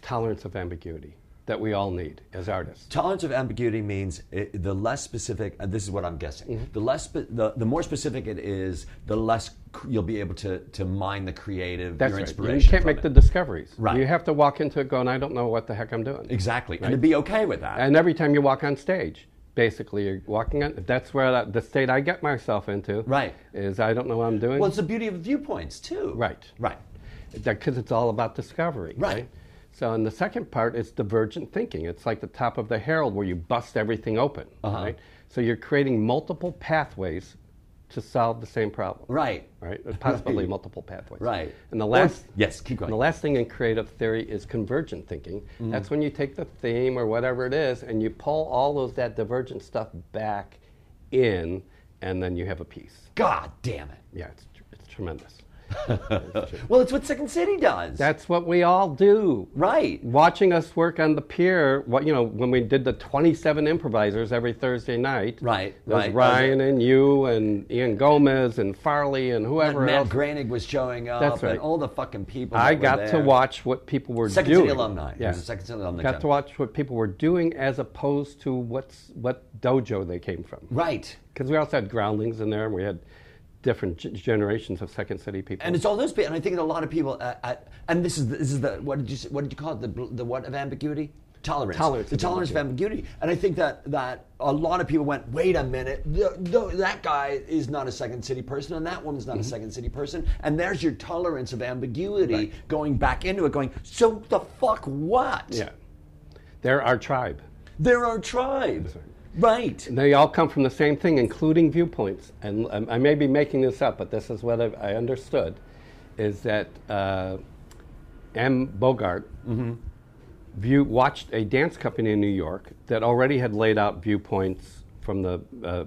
Speaker 2: tolerance of ambiguity that we all need as artists.
Speaker 4: Tolerance
Speaker 3: of ambiguity means it, the less specific, and this is what I'm guessing.
Speaker 2: Mm-hmm.
Speaker 3: The less, spe- the, the more specific it is, the less cr- you'll be able to to mine the creative,
Speaker 2: That's
Speaker 3: your
Speaker 2: right.
Speaker 3: inspiration.
Speaker 2: You can't
Speaker 3: from
Speaker 2: make the
Speaker 3: it.
Speaker 2: discoveries.
Speaker 3: Right.
Speaker 2: You have to walk into it going, I don't know what the heck I'm doing.
Speaker 3: exactly, and to be okay with that.
Speaker 2: And every time you walk on stage, basically you're walking on. That's where the- the state I get myself into.
Speaker 3: Right.
Speaker 2: Is I don't know what I'm doing.
Speaker 3: well, it's the beauty of viewpoints too.
Speaker 2: Right.
Speaker 3: Right.
Speaker 2: because it's all about discovery,
Speaker 3: Right.
Speaker 2: right. So, and the second part is divergent thinking. It's like the top of the Herald where you bust everything open,
Speaker 3: Uh-huh.
Speaker 2: right? So you're creating multiple pathways to solve the same problem,
Speaker 3: Right.
Speaker 2: Right, Or possibly multiple pathways,
Speaker 3: Right.
Speaker 2: And the
Speaker 3: Or-
Speaker 2: last,
Speaker 3: yes, keep going.
Speaker 2: and the last thing in creative theory is convergent thinking.
Speaker 3: Mm-hmm.
Speaker 2: That's when you take the theme or whatever it is, and you pull all of that divergent stuff back in, and then you have a piece.
Speaker 3: God damn it.
Speaker 2: Yeah, it's, tr- it's tremendous.
Speaker 3: Well, it's what Second City does.
Speaker 2: That's what we all do.
Speaker 3: right.
Speaker 2: watching us work on the pier, what you know, when we did the 27 improvisers every Thursday night.
Speaker 3: Right,
Speaker 2: There's
Speaker 3: right.
Speaker 2: Ryan and you and Ian Gomez and Farley and whoever
Speaker 3: Matt
Speaker 2: else.
Speaker 3: Granig was showing up,
Speaker 2: That's
Speaker 3: and
Speaker 2: right.
Speaker 3: all the fucking people.
Speaker 2: I
Speaker 3: that were
Speaker 2: got to
Speaker 3: there.
Speaker 2: watch what people were
Speaker 3: Second
Speaker 2: doing.
Speaker 3: City alumni. It
Speaker 2: Yeah.
Speaker 3: was a Second City alumni.
Speaker 2: Got
Speaker 3: camp.
Speaker 2: to watch what people were doing as opposed to what's what dojo they came from.
Speaker 3: Right.
Speaker 2: Because we also had groundlings in there and we had different g- generations of Second City people.
Speaker 3: And it's all those people, and I think a lot of people. Uh, uh and this is the, this is the what did you say, what did you call it the bl- the what of ambiguity tolerance
Speaker 2: Tolerance
Speaker 3: the
Speaker 2: of
Speaker 3: tolerance of ambiguity. And I think that that a lot of people went, wait a minute, th- th- that guy is not a second city person, and that woman's
Speaker 2: Mm-hmm.
Speaker 3: not a second city person, and there's your tolerance of ambiguity going back into it, going, so the fuck what?
Speaker 2: yeah. They're our tribe.
Speaker 3: There are tribes, right?
Speaker 2: They all come from the same thing, including viewpoints. And um, I may be making this up, but this is what I've, I understood: is that uh, M. Bogart view, watched a dance company in New York that already had laid out viewpoints from the uh,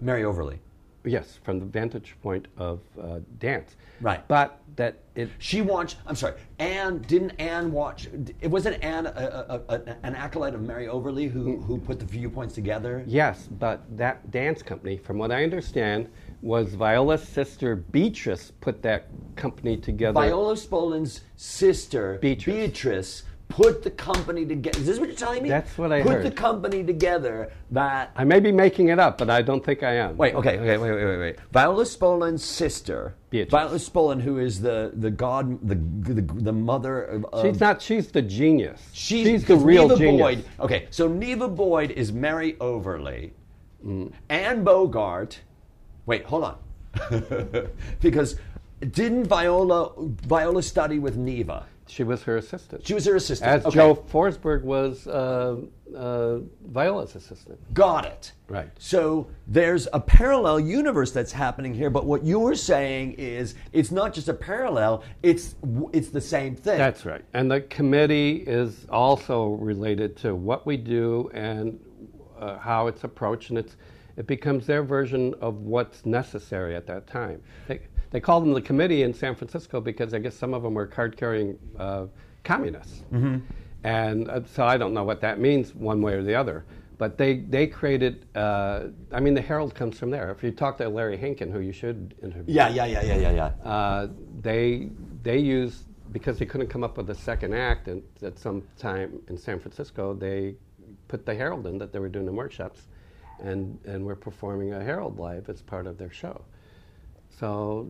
Speaker 3: Mary Overly,
Speaker 2: yes from the vantage point of uh, dance.
Speaker 3: Right.
Speaker 2: But that it
Speaker 3: She watched. I'm sorry. Anne didn't Anne watch? It wasn't Anne a, a, a, an acolyte of Mary Overly who
Speaker 2: Mm.
Speaker 3: who put the viewpoints together.
Speaker 2: Yes, but that dance company, from what I understand, was Viola's sister Beatrice put that company together.
Speaker 3: Viola Spolin's sister
Speaker 2: Beatrice.
Speaker 3: Beatrice, put the company together. Is this what you're telling me?
Speaker 2: That's what I
Speaker 3: put
Speaker 2: heard.
Speaker 3: the company together that.
Speaker 2: I may be making it up, but I don't think I am.
Speaker 3: Wait, okay, okay, wait, wait, wait, wait. Viola Spolin's sister,
Speaker 2: Beatrice.
Speaker 3: Viola Spolin, who is the the god, the the, the mother of, of
Speaker 2: She's not. She's the genius.
Speaker 3: She's,
Speaker 2: the
Speaker 3: 'cause
Speaker 2: real
Speaker 3: Neva
Speaker 2: genius.
Speaker 3: Boyd. Okay, so Neva Boyd is Mary Overly, Anne Bogart. Wait, hold on, because didn't Viola Viola study with Neva?
Speaker 2: She was her assistant.
Speaker 3: She was her assistant.
Speaker 2: As
Speaker 3: Okay.
Speaker 2: Joe Forsberg was uh, uh, Viola's assistant.
Speaker 3: Got it.
Speaker 2: Right.
Speaker 3: So there's a parallel universe that's happening here, but what you're saying is it's not just a parallel; it's it's the same thing.
Speaker 2: That's right. And the committee is also related to what we do and uh, how it's approached, and it's, it becomes their version of what's necessary at that time. They, they called them the committee in San Francisco because I guess some of them were card carrying uh, communists. And uh, so I don't know what that means one way or the other. But they, they created, uh, I mean, the Herald comes from there. If you talk to Larry Hinkin, who you should interview,
Speaker 3: yeah, yeah, yeah, yeah, yeah, yeah.
Speaker 2: uh, they they used because they couldn't come up with a second act and at some time in San Francisco they put the Herald in that they were doing the workshops and and were performing a Herald live as part of their show. So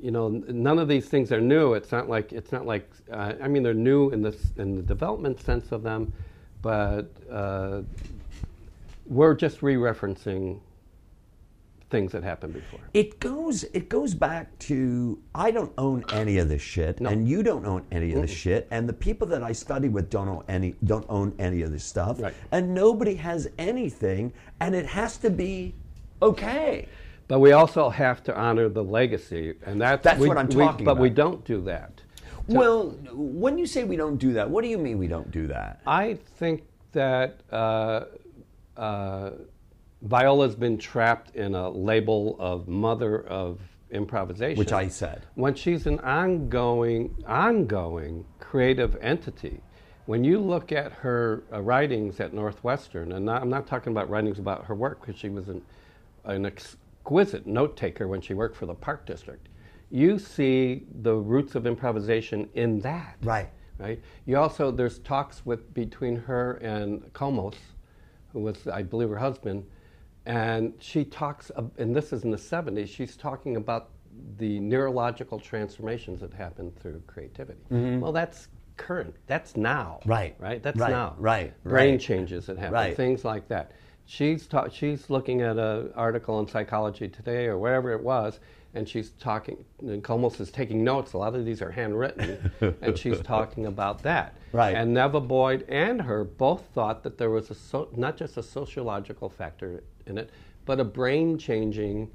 Speaker 2: you know n- none of these things are new. It's not like it's not like uh, I mean they're new in the s- in the development sense of them, but uh, we're just re-referencing things that happened before.
Speaker 5: It goes it goes back to I don't own any of this shit and you don't own any of this shit and the people that I study with don't own any don't own any of this stuff
Speaker 2: Right.
Speaker 5: and nobody has anything and it has to be okay.
Speaker 2: But we also have to honor the legacy, and that's,
Speaker 3: That's
Speaker 2: we-
Speaker 3: what I'm
Speaker 2: we-
Speaker 3: talking
Speaker 2: But we
Speaker 3: about.
Speaker 2: don't do that.
Speaker 3: well, when you say we don't do that, what do you mean we don't do that?
Speaker 2: I think that uh, uh, Viola's been trapped in a label of mother of improvisation,
Speaker 5: Which I said.
Speaker 2: When she's an ongoing, ongoing creative entity, when you look at her uh, writings at Northwestern, and not, I'm not talking about writings about her work because she was an, an exquisite note taker when she worked for the Park District. You see the roots of improvisation in that
Speaker 5: Right.
Speaker 2: right? You also there's talks with between her and Komos, who was I believe her husband, and she talks, ab- and this is in the '70s. She's talking about the neurological transformations that happen through creativity. Well, that's current. That's now.
Speaker 5: Mm-hmm. Right.
Speaker 2: Right. That's
Speaker 5: Right.
Speaker 2: now.
Speaker 5: Right.
Speaker 2: Brain
Speaker 5: Right.
Speaker 2: changes that happen.
Speaker 5: Right.
Speaker 2: Things like that. She's ta- she's looking at an article in Psychology Today or wherever it was, and she's talking. And Komos is taking notes. A lot of these are handwritten, and she's talking about that.
Speaker 5: Right.
Speaker 2: And Neva Boyd and her both thought that there was a so, not just a sociological factor in it, but a brain changing,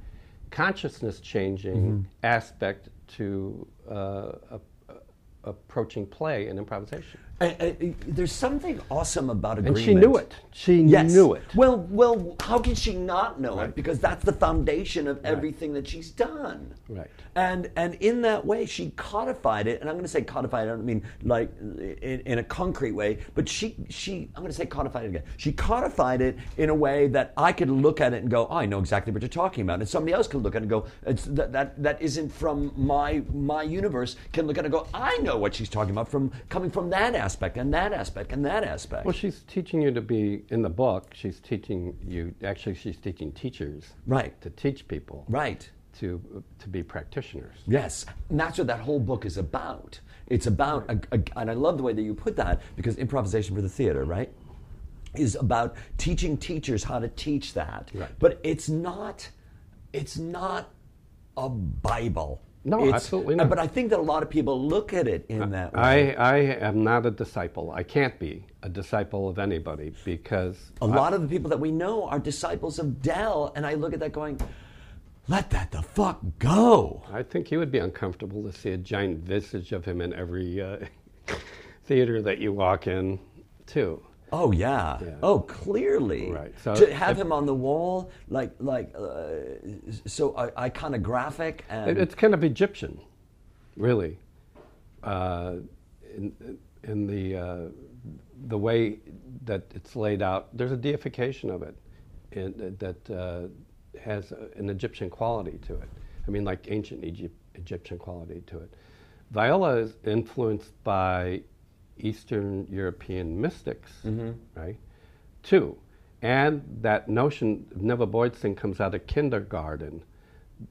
Speaker 2: consciousness changing
Speaker 5: Mm-hmm.
Speaker 2: aspect to uh, a, a- approaching play and improvisation.
Speaker 5: I- I- there's something awesome about agreement.
Speaker 2: And she knew it. She
Speaker 3: Yes.
Speaker 2: knew it.
Speaker 3: Well, well, how can she not know it? Because that's the foundation of everything that she's done.
Speaker 2: Right.
Speaker 3: And and in that way, she codified it. And I'm going to say codified. I don't mean like in, in a concrete way, but she she I'm going to say codified it again. She codified it in a way that I could look at it and go, "Oh, I know exactly what you're talking about, and somebody else could look at it and go, it's, that that that isn't from my my universe. Can look at it and go, I know what she's talking about from coming from that aspect and that aspect and that aspect.
Speaker 2: Well, she's teaching you to be in the book. She's teaching you. Actually, she's teaching teachers
Speaker 3: Right.
Speaker 2: to teach people
Speaker 3: right.
Speaker 2: to to be practitioners.
Speaker 3: Yes, and that's what that whole book is about. It's about, a, a- and I love the way that you put that because improvisation for the theater, right, is about teaching teachers how to teach that.
Speaker 2: Right.
Speaker 3: But it's not, it's not a Bible.
Speaker 2: No,
Speaker 3: It's-
Speaker 2: absolutely not.
Speaker 3: But I think that a lot of people look at it in that way.
Speaker 2: I I am not a disciple. I can't be a disciple of anybody because
Speaker 3: A lot of the people that we know are disciples of Dell, and I look at that going, let that the fuck go.
Speaker 2: I think he would be uncomfortable to see a giant visage of him in every uh, theater that you walk in, too.
Speaker 3: Oh yeah. Oh, clearly.
Speaker 2: Right. So
Speaker 3: to
Speaker 2: if-
Speaker 3: have him on the wall, like like uh, so i- iconographic and
Speaker 2: It- it's kind of Egyptian, really, uh, in, in the uh, the way that it's laid out. There's a deification of it in, that uh, has an Egyptian quality to it. I mean, like ancient Egypt, Egyptian quality to it. Viola is influenced by Eastern European mystics, right? Two, and that notion of Neva Boydson comes out of kindergarten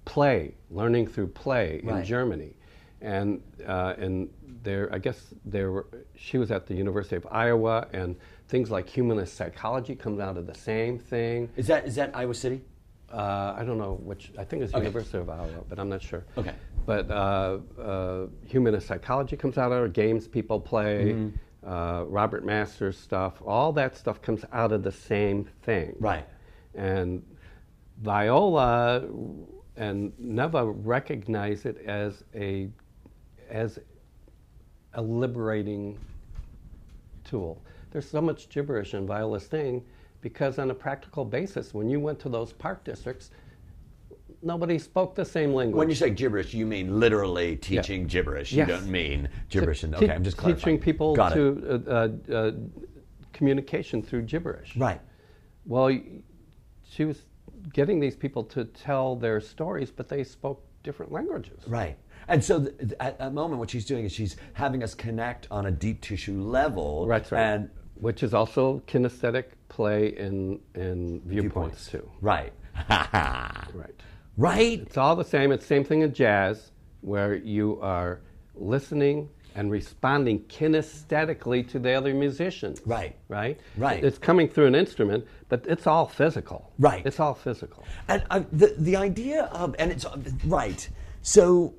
Speaker 2: play, learning through play in
Speaker 3: Right.
Speaker 2: Germany, and uh, and there, I guess there, were, she was at the University of Iowa, and things like humanist psychology comes out of the same thing.
Speaker 3: is that is that Iowa City?
Speaker 2: Uh, I don't know which. I think it's University of Iowa, but I'm not sure.
Speaker 3: Okay.
Speaker 2: But uh, uh, humanist psychology comes out of it. Games people play,
Speaker 3: Mm-hmm.
Speaker 2: uh, Robert Masters stuff. All that stuff comes out of the same thing.
Speaker 3: Right.
Speaker 2: And Viola and Neva recognize it as a as a liberating tool. There's so much gibberish in Viola's thing because, on a practical basis, when you went to those park districts, nobody spoke the same language.
Speaker 3: When you say gibberish, you mean literally teaching gibberish.
Speaker 2: Yes.
Speaker 3: You don't mean gibberish. in
Speaker 2: Te-
Speaker 3: okay, I'm just clarifying.
Speaker 2: teaching people
Speaker 3: Got it.
Speaker 2: to uh, uh, uh, communication through gibberish.
Speaker 3: Right.
Speaker 2: Well, y- she was getting these people to tell their stories, but they spoke different languages.
Speaker 3: Right.
Speaker 6: And so, th- th- at that moment, what she's doing is she's having us connect on a deep tissue level.
Speaker 2: Right, right.
Speaker 6: And
Speaker 2: Which is also kinesthetic play in in viewpoints, too.
Speaker 6: right,
Speaker 2: Right.
Speaker 6: right.
Speaker 2: It's all the same. It's the same thing in jazz, where you are listening and responding kinesthetically to the other musicians.
Speaker 6: Right.
Speaker 2: Right.
Speaker 6: Right.
Speaker 2: It's coming through an instrument, but it's all physical.
Speaker 6: Right.
Speaker 2: It's all physical.
Speaker 6: And uh, the the idea of and it's uh, right. So,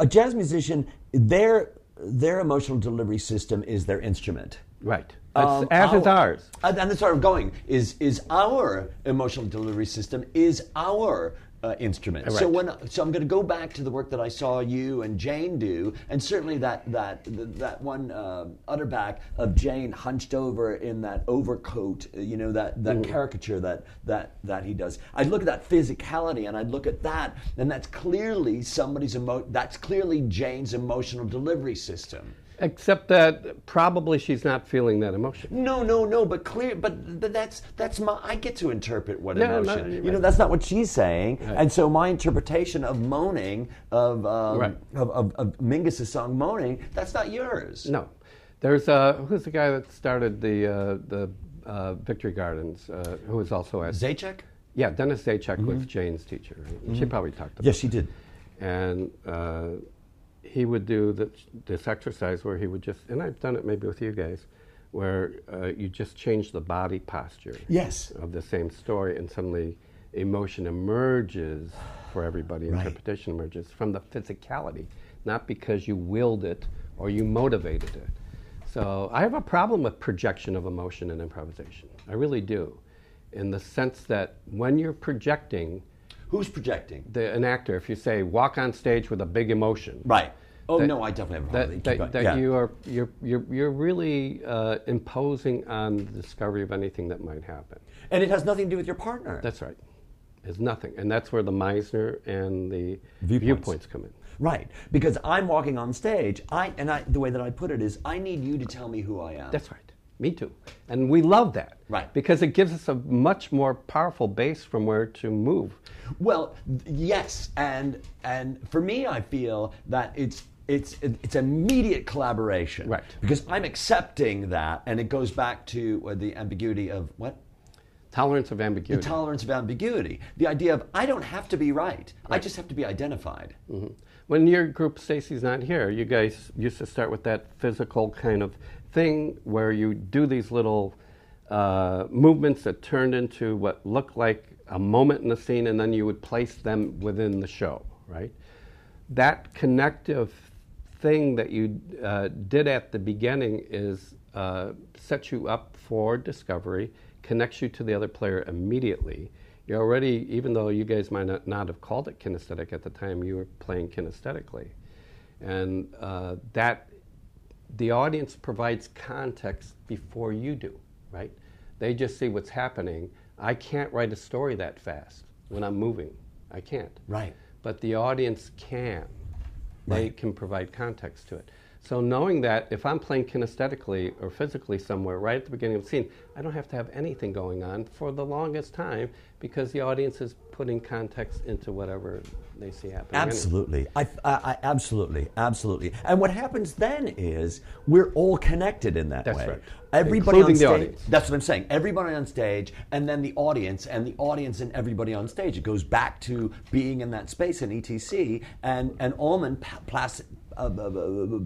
Speaker 6: a jazz musician, their their emotional delivery system is their instrument.
Speaker 2: Right. It's,
Speaker 6: Um,
Speaker 2: as is
Speaker 6: I'll-
Speaker 2: ours.
Speaker 3: uh, And and that's where I'm going. Is is our emotional delivery system is our uh, instrument. So when so I'm going to go back to the work that I saw you and Jane do, and certainly that that that one uh, utterback of Jane hunched over in that overcoat. uh, You know that that
Speaker 2: Mm.
Speaker 3: caricature that that that he does. I'd look at that physicality, and I'd look at that, and that's clearly somebody's emo- That's clearly Jane's emotional delivery system.
Speaker 2: Except that probably she's not feeling that emotion.
Speaker 3: No, no, no. But clear. But but that's that's my. I get to interpret what
Speaker 2: Yeah, no,
Speaker 3: emotion.
Speaker 2: you're
Speaker 3: you know,
Speaker 2: right.
Speaker 3: that's not what she's saying. And so my interpretation of moaning of um,
Speaker 2: Right.
Speaker 3: of, of, of Mingus's song "Moaning" that's not yours.
Speaker 2: No. There's uh, who's the guy that started the uh, the uh, Victory Gardens, uh, who was also at
Speaker 3: Zaychek.
Speaker 2: yeah Dennis Zaychek
Speaker 6: Mm-hmm.
Speaker 2: was Jane's teacher. right? She probably talked about.
Speaker 6: Yes, she did.
Speaker 2: and uh, he would do the, this exercise where he would just, and I've done it maybe with you guys, where uh, you just change the body posture
Speaker 3: Yes.
Speaker 2: of the same story, and suddenly emotion emerges for everybody. Interpretation emerges from the physicality, not because you willed it or you motivated it. So I have a problem with projection of emotion and improvisation. I really do, in the sense that when you're projecting,
Speaker 3: Who's projecting?
Speaker 2: the, an actor, if you say walk on stage with a big emotion,
Speaker 3: Right. Oh
Speaker 2: That-
Speaker 3: no, I definitely have a problem.
Speaker 2: that,
Speaker 3: Keep
Speaker 2: that,
Speaker 3: going.
Speaker 2: that
Speaker 3: Yeah.
Speaker 2: you are you're you're, you're really uh, imposing on the discovery of anything that might happen.
Speaker 3: and it has nothing to do with your partner.
Speaker 2: That's right. It's nothing, and that's where the Meisner and the
Speaker 6: Viewpoints.
Speaker 2: viewpoints, come in.
Speaker 3: right. Because I'm walking on stage. I and I. The way that I put it is, I need you to tell me who I am.
Speaker 2: That's right. Me too. And we love that,
Speaker 3: Right.
Speaker 2: Because it gives us a much more powerful base from where to move.
Speaker 3: Well, th- yes, and and for me, I feel that it's it's it's immediate collaboration,
Speaker 2: Right.
Speaker 3: Because I'm accepting that, and it goes back to uh, the ambiguity of what
Speaker 2: Tolerance of
Speaker 3: the
Speaker 2: ambiguity.
Speaker 3: tolerance of ambiguity, the idea of I don't have to be right, I just have to be identified.
Speaker 2: When your group Stacy's not here, you guys used to start with that physical kind of thing where you do these little uh, movements that turned into what looked like a moment in the scene, and then you would place them within the show, right? That connective thing that you uh, did at the beginning is uh, sets you up for discovery, connects you to the other player immediately. You're already, even though you guys might not, not have called it kinesthetic at the time, you were playing kinesthetically. And uh, that, the audience provides context before you do, right? They just see what's happening. I can't write a story that fast when I'm moving. I can't.
Speaker 3: Right.
Speaker 2: But the audience can. They can provide context to it. So knowing that if I'm playing kinesthetically or physically somewhere right at the beginning of the scene, I don't have to have anything going on for the longest time because the audience is putting context into whatever they see happening. anyway.
Speaker 6: Absolutely. I, I, I absolutely, absolutely. And what happens then is we're all connected in that
Speaker 2: That's
Speaker 6: way.
Speaker 2: right.
Speaker 6: Everybody
Speaker 2: Including
Speaker 6: on
Speaker 2: the
Speaker 6: stage.
Speaker 2: audience.
Speaker 3: That's what I'm saying. Everybody on stage, and then the audience, and the audience, and everybody on stage. It goes back to E being in that space in ETC, and and Ullman pl- plas- uh, uh, uh, uh,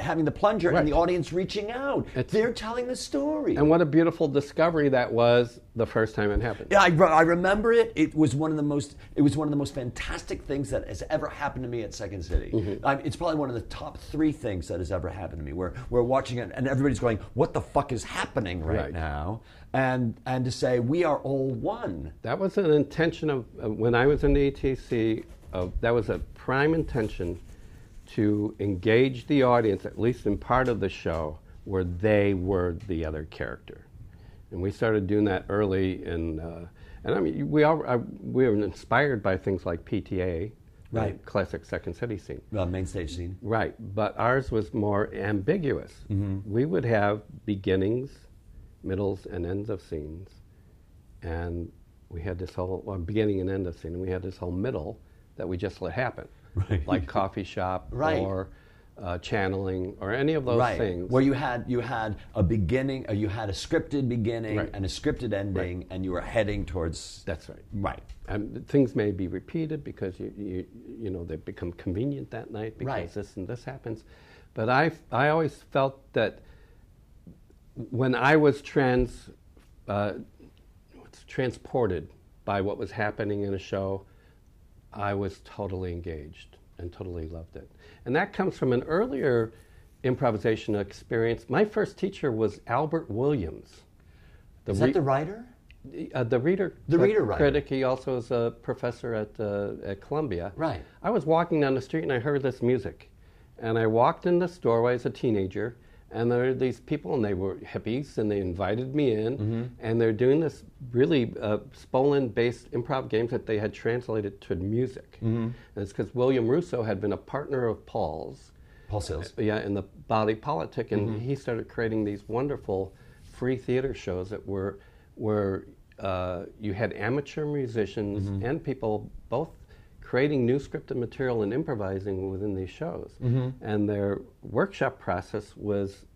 Speaker 3: having the plunger
Speaker 2: Right.
Speaker 3: and the audience reaching out.
Speaker 2: It's-
Speaker 3: They're telling the story.
Speaker 2: And what a beautiful discovery that was the first time it happened.
Speaker 3: Yeah, I, re- I remember it. It was one of the most. It was one of the most fantastic things that has ever happened to me at Second City.
Speaker 2: Mm-hmm.
Speaker 3: I, it's probably one of the top three things that has ever happened to me. Where we're watching it, and everybody's going, "What the fuck is happening right,
Speaker 2: Right.
Speaker 3: now?" And and to say we are all one.
Speaker 2: That was an intention of, uh, when I was in the ETC, of, that was a prime intention to engage the audience, at least in part of the show, where they were the other character. And we started doing that early in, uh, and I mean, we, all, I, we were inspired by things like PTA, the
Speaker 3: Right.
Speaker 2: classic Second City scene.
Speaker 3: Uh, main stage scene.
Speaker 2: Right, but ours was more ambiguous. We would have beginnings, middles, and ends of scenes, and we had this whole well, beginning and end of scene, and we had this whole middle that we just let happen,
Speaker 3: Right.
Speaker 2: like coffee shop
Speaker 3: Right.
Speaker 2: or uh, channeling or any of those
Speaker 3: right.
Speaker 2: things.
Speaker 3: Where you had you had a beginning, or you had a scripted beginning
Speaker 2: Right.
Speaker 3: and a scripted ending, and you were heading towards.
Speaker 2: That's right.
Speaker 3: right.
Speaker 2: Um, things may be repeated because you, you you know they become convenient that night because
Speaker 3: Right.
Speaker 2: this and this happens, but I I always felt that when I was trans uh, what's- transported by what was happening in a show, I was totally engaged and totally loved it, and that comes from an earlier improvisation experience. My first teacher was Albert Williams. The
Speaker 3: Is
Speaker 2: re-
Speaker 3: that the writer?
Speaker 2: uh, the reader,
Speaker 3: The
Speaker 2: cri-
Speaker 3: reader writer.
Speaker 2: critic. He also is a professor at uh, at Columbia.
Speaker 3: Right.
Speaker 2: I was walking down the street and I heard this music, and I walked in this doorway as a teenager, and there were these people and they were hippies and they invited me in,
Speaker 3: Mm-hmm.
Speaker 2: and they're doing this really uh, Spolin-based improv games that they had translated to music,
Speaker 3: Mm-hmm.
Speaker 2: and it's because William Russo had been a partner of Paul's.
Speaker 3: Paul Sills.
Speaker 2: Yeah, in the body politic, and
Speaker 3: Mm-hmm.
Speaker 2: he started creating these wonderful free theater shows that were where uh, you had amateur musicians
Speaker 3: Mm-hmm.
Speaker 2: and people both creating new scripted material and improvising within these shows,
Speaker 3: Mm-hmm.
Speaker 2: and their workshop process was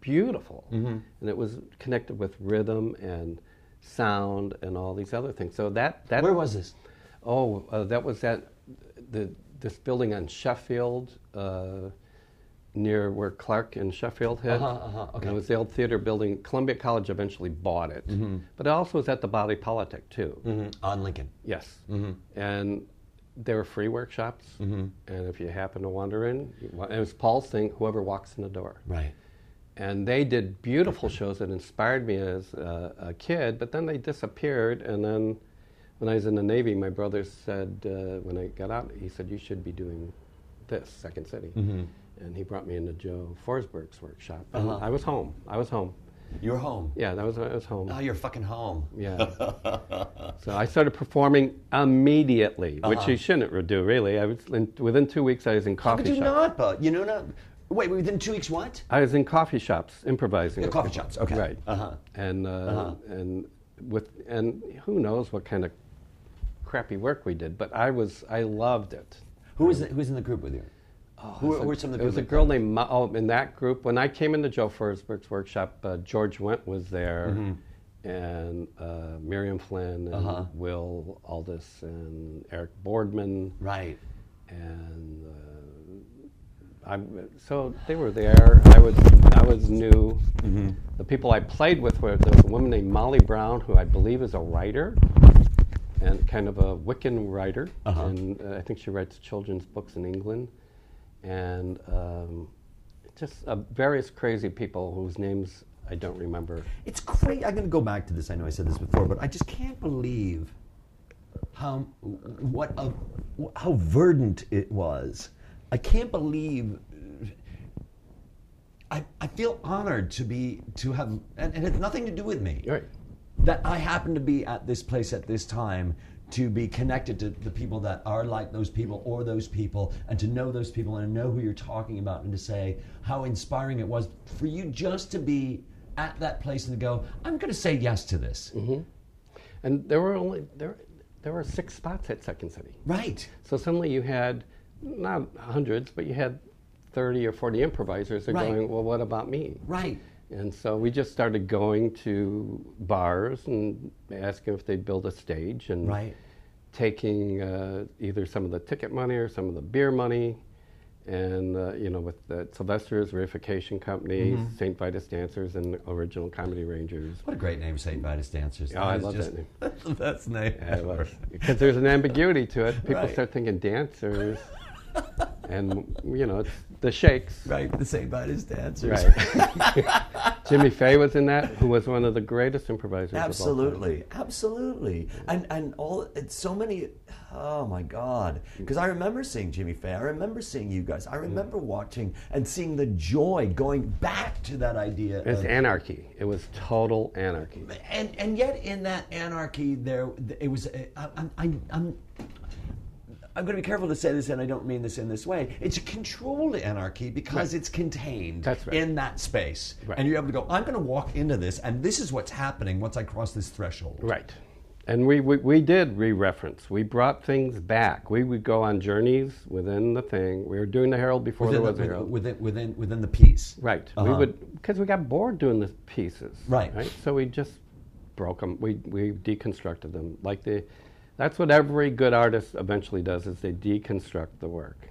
Speaker 2: beautiful,
Speaker 3: Mm-hmm.
Speaker 2: and it was connected with rhythm and sound and all these other things. So that that
Speaker 3: Where was this?
Speaker 2: Oh, uh, that was that the this building on Sheffield, uh, near where Clark and Sheffield had.
Speaker 3: Uh-huh, uh-huh,
Speaker 2: And
Speaker 3: okay.
Speaker 2: it was the old theater building. Columbia College eventually bought it,
Speaker 3: Mm-hmm.
Speaker 2: but it also was at the Body Politic too.
Speaker 3: On Lincoln.
Speaker 2: Yes,
Speaker 3: Mm-hmm.
Speaker 2: and there were free workshops, and if you happen to wander in, you wa- it was Paul's thing. Whoever walks in the door,
Speaker 3: Right.
Speaker 2: and they did beautiful shows that inspired me as a, a kid. But then they disappeared, and then when I was in the Navy, my brother said uh, when I got out, he said you should be doing this Second City,
Speaker 3: Mm-hmm.
Speaker 2: and he brought me into Joe Forsberg's workshop. And
Speaker 3: Uh-huh.
Speaker 2: I was home. I was home.
Speaker 3: You're home.
Speaker 2: Yeah, that was I was home.
Speaker 3: Oh, you're fucking home.
Speaker 2: Yeah. so I started performing immediately,
Speaker 3: Uh-huh.
Speaker 2: which you shouldn't do really. I was in, within two weeks I was in
Speaker 3: How
Speaker 2: coffee
Speaker 3: could you
Speaker 2: shops.
Speaker 3: not, but you know not? Wait, within two weeks, what?
Speaker 2: I was in coffee shops improvising.
Speaker 3: Yeah,
Speaker 2: with
Speaker 3: coffee
Speaker 2: people.
Speaker 3: shops, okay.
Speaker 2: Right.
Speaker 3: Uh-huh.
Speaker 2: And uh, and with and who knows what kind of crappy work we did, but I was I loved it.
Speaker 3: Who is who's in the group with you?
Speaker 2: Oh,
Speaker 3: who, were- who were some of the
Speaker 2: There was a
Speaker 3: people?
Speaker 2: girl named Ma- oh, in that group. When I came into Joe Forsberg's workshop, uh, George Went was there,
Speaker 3: Mm-hmm.
Speaker 2: and uh, Miriam Flynn, and
Speaker 3: Uh-huh.
Speaker 2: Will Aldous, and Eric Boardman,
Speaker 3: Right.
Speaker 2: and uh, I'm, so they were there. I was I was new. The people I played with were there was a woman named Molly Brown, who I believe is a writer, and kind of a Wiccan writer, and uh, I think she writes children's books in England, and um, just uh, various crazy people whose names I don't remember.
Speaker 3: It's crazy. I'm going to go back to this. I know I said this before, but I just can't believe how what a, how verdant it was. I can't believe. I, I feel honored to be to have, and, and it's nothing to do with me.
Speaker 2: Right.
Speaker 3: that I happen to be at this place at this time to be connected to the people that are like those people or those people and to know those people and to know who you're talking about and to say how inspiring it was for you just to be at that place and to go i'm going to say yes to this
Speaker 2: Mm-hmm. And there were only there there were six spots at Second City.
Speaker 3: right
Speaker 2: So suddenly you had not hundreds, but you had 30 or 40 improvisers that
Speaker 3: Right.
Speaker 2: going, well, what about me?
Speaker 3: right
Speaker 2: And so we just started going to bars and asking if they'd build a stage and
Speaker 3: Right.
Speaker 2: taking uh, either some of the ticket money or some of the beer money and uh, you know with the Sylvester's Reification Company,
Speaker 3: Mm-hmm.
Speaker 2: St. Vitus Dancers, and Original Comedy Rangers.
Speaker 3: What a great name, St. Vitus Dancers.
Speaker 2: Oh, I
Speaker 3: is
Speaker 2: love
Speaker 3: just
Speaker 2: that name.
Speaker 3: the best name ever.
Speaker 2: Because there's an ambiguity to it. People
Speaker 3: Right.
Speaker 2: start thinking dancers, and you know it's the Shakes.
Speaker 3: Right, the St. Vitus Dancers.
Speaker 2: Jimmy Fay was in that, who was one of the greatest improvisers. of all time.
Speaker 3: Absolutely, absolutely, and and all it's so many. Oh my God!
Speaker 2: Mm.
Speaker 3: Because I remember seeing Jimmy Fallon. I remember seeing you guys. I remember watching and seeing the joy going back to that idea.
Speaker 2: It's
Speaker 3: of-
Speaker 2: anarchy. It was total anarchy.
Speaker 3: and and yet in that anarchy, there it was. uh, I, I'm I'm. I'm I'm going to be careful to say this, and I don't mean this in this way. It's a controlled anarchy because it's contained
Speaker 2: That's right.
Speaker 3: in that space,
Speaker 2: Right.
Speaker 3: and you're able to go. I'm going to walk into this, and this is what's happening once I cross this threshold.
Speaker 2: Right. And we, we, we did re reference. We brought things back. We would go on journeys within the thing. We were doing the Herald before
Speaker 3: within
Speaker 2: there was
Speaker 3: the,
Speaker 2: a Herald.
Speaker 3: within, within within the piece.
Speaker 2: right. We would, because we got bored doing the pieces.
Speaker 3: Uh-huh. Right.
Speaker 2: So we just broke them. We, we deconstructed them. Like the, that's what every good artist eventually does is they deconstruct the work.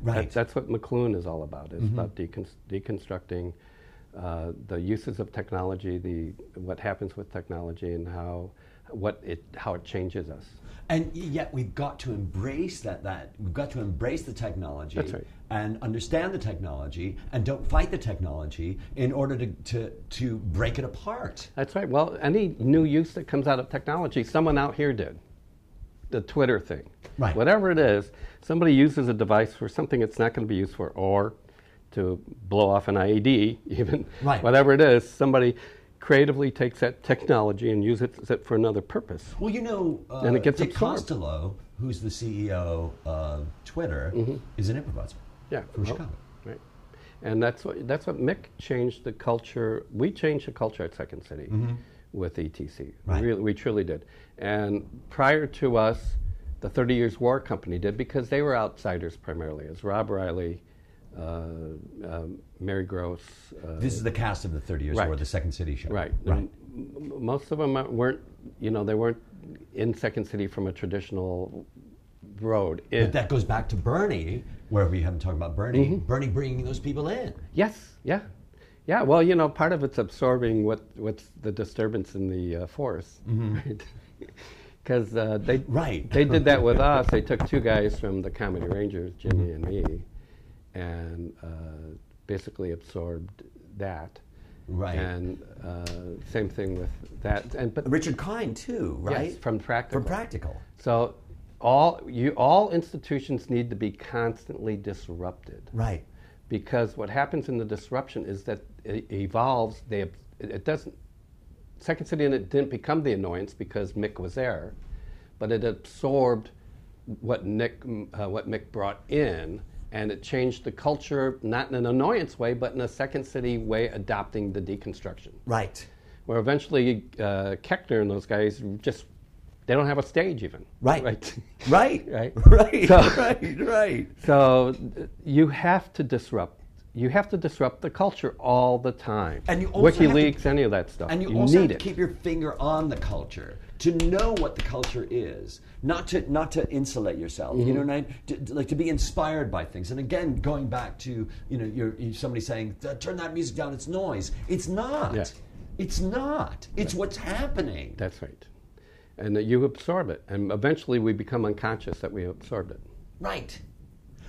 Speaker 3: Right. Mm-hmm.
Speaker 2: That's, that's what McLuhan is all about. It's about decon- deconstructing uh, the uses of technology, the what happens with technology, and how what it how it changes us.
Speaker 3: and yet we've got to embrace that that we've got to embrace the technology
Speaker 2: That's right.
Speaker 3: and understand the technology and don't fight the technology in order to to, to break it apart.
Speaker 2: That's right. Well, any new use that comes out of technology, someone out here did. The Twitter thing.
Speaker 3: Right.
Speaker 2: Whatever it is, somebody uses a device for something it's not going to be used for, or to blow off an IED, even.
Speaker 3: Right.
Speaker 2: Whatever it is, somebody creatively takes that technology and uses it for another purpose.
Speaker 3: Well, you know, uh,
Speaker 2: And it gets
Speaker 3: Dick
Speaker 2: absorbed.
Speaker 3: Costolo, who's the CEO of Twitter,
Speaker 2: Mm-hmm.
Speaker 3: is an improviser.
Speaker 2: Yeah,
Speaker 3: from
Speaker 2: well,
Speaker 3: Chicago.
Speaker 2: Right. And that's what that's what Mick changed the culture. We changed the culture at Second City with E ETC.
Speaker 3: Mm-hmm. Right.
Speaker 2: Really, we truly did. And prior to us, the Thirty Years War Company did because they were outsiders primarily. As Rob Riley, uh, um, Mary Gross, uh,
Speaker 3: This is the cast of the Thirty Years
Speaker 2: Right.
Speaker 3: War, the Second City show.
Speaker 2: Right.
Speaker 3: Right.
Speaker 2: M- m- Most of them weren't, you know, they weren't in Second City from a traditional road. in.
Speaker 3: But that goes back to Bernie, where we haven't talked about Bernie.
Speaker 2: Mm-hmm.
Speaker 3: Bernie bringing those people in.
Speaker 2: Yes, yeah. Yeah, well, you know, part of it's absorbing what, what's the disturbance in the uh, forest, right? Because uh, they,
Speaker 3: Mm-hmm. Right.
Speaker 2: they did that with us. They took two guys from the Comedy Rangers, Jimmy
Speaker 3: Mm-hmm.
Speaker 2: and me, and uh, basically absorbed that.
Speaker 3: Right.
Speaker 2: And uh, same thing with that. And but
Speaker 3: Richard Kind too, right?
Speaker 2: yes, from practical.
Speaker 3: From practical.
Speaker 2: So all you all institutions need to be constantly disrupted
Speaker 3: Right.
Speaker 2: because what happens in the disruption is that it evolves. They it doesn't. Second City and it didn't become the annoyance because Mick was there, but it absorbed what Nick uh, what Mick brought in, and it changed the culture not in an annoyance way, but in a Second City way, adopting the deconstruction.
Speaker 3: Right.
Speaker 2: Where eventually uh, Keckner and those guys just they don't have a stage even.
Speaker 3: Right.
Speaker 2: Right.
Speaker 3: Right.
Speaker 2: Right.
Speaker 3: Right.
Speaker 2: So-
Speaker 3: right. Right.
Speaker 2: So th- you have to disrupt. You have to disrupt the culture all the time.
Speaker 3: And you also have to-
Speaker 2: WikiLeaks, any of that stuff.
Speaker 3: And you, also have
Speaker 2: need
Speaker 3: to
Speaker 2: it.
Speaker 3: keep your finger on the culture to know what the culture is, not to not to insulate yourself.
Speaker 2: Mm-hmm.
Speaker 3: You know, and I, to, to- like to be inspired by things. And again, going back to you know, you're, you somebody saying, "Uh, "Turn that music down; it's noise." It's not.
Speaker 2: Yeah.
Speaker 3: It's not. It's what's happening.
Speaker 2: That's right. And that you absorb it, and eventually we become unconscious that we absorbed it.
Speaker 3: Right.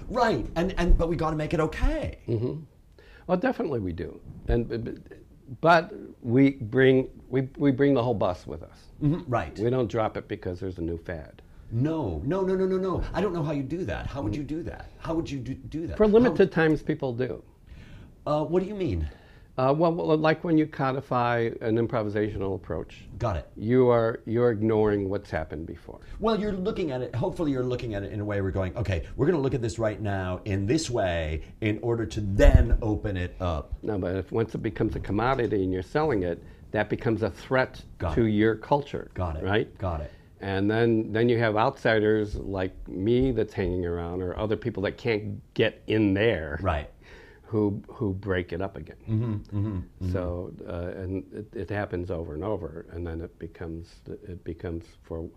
Speaker 3: Right. And and but we got to make it okay.
Speaker 2: Mm-hmm. Well, definitely we do. And b- b- but we bring we, we bring the whole bus with us.
Speaker 3: Mm-hmm. Right.
Speaker 2: We don't drop it because there's a new fad.
Speaker 3: No. No. No. No. No. No. I don't know how you do that. How would you do that? How would you do, do that?
Speaker 2: For
Speaker 3: How-
Speaker 2: limited times, people do.
Speaker 3: uh, what do you mean?
Speaker 2: Uh, well, well, like when you codify an improvisational approach,
Speaker 3: Got it.
Speaker 2: you are you're ignoring what's happened before.
Speaker 3: Well, you're looking at it. Hopefully, you're looking at it in a way we're going, okay, we're going to look at this right now in this way in order to then open it up.
Speaker 2: No, but if once it becomes a commodity and you're selling it, that becomes a threat
Speaker 3: Got
Speaker 2: to
Speaker 3: it.
Speaker 2: your culture.
Speaker 3: Got it.
Speaker 2: Right.
Speaker 3: Got it.
Speaker 2: And then then you have outsiders like me that's hanging around, or other people that can't get in there.
Speaker 3: Right. Mm-hmm,
Speaker 2: Who who break it up again. So uh, and it, it happens over and over, and then it becomes it becomes for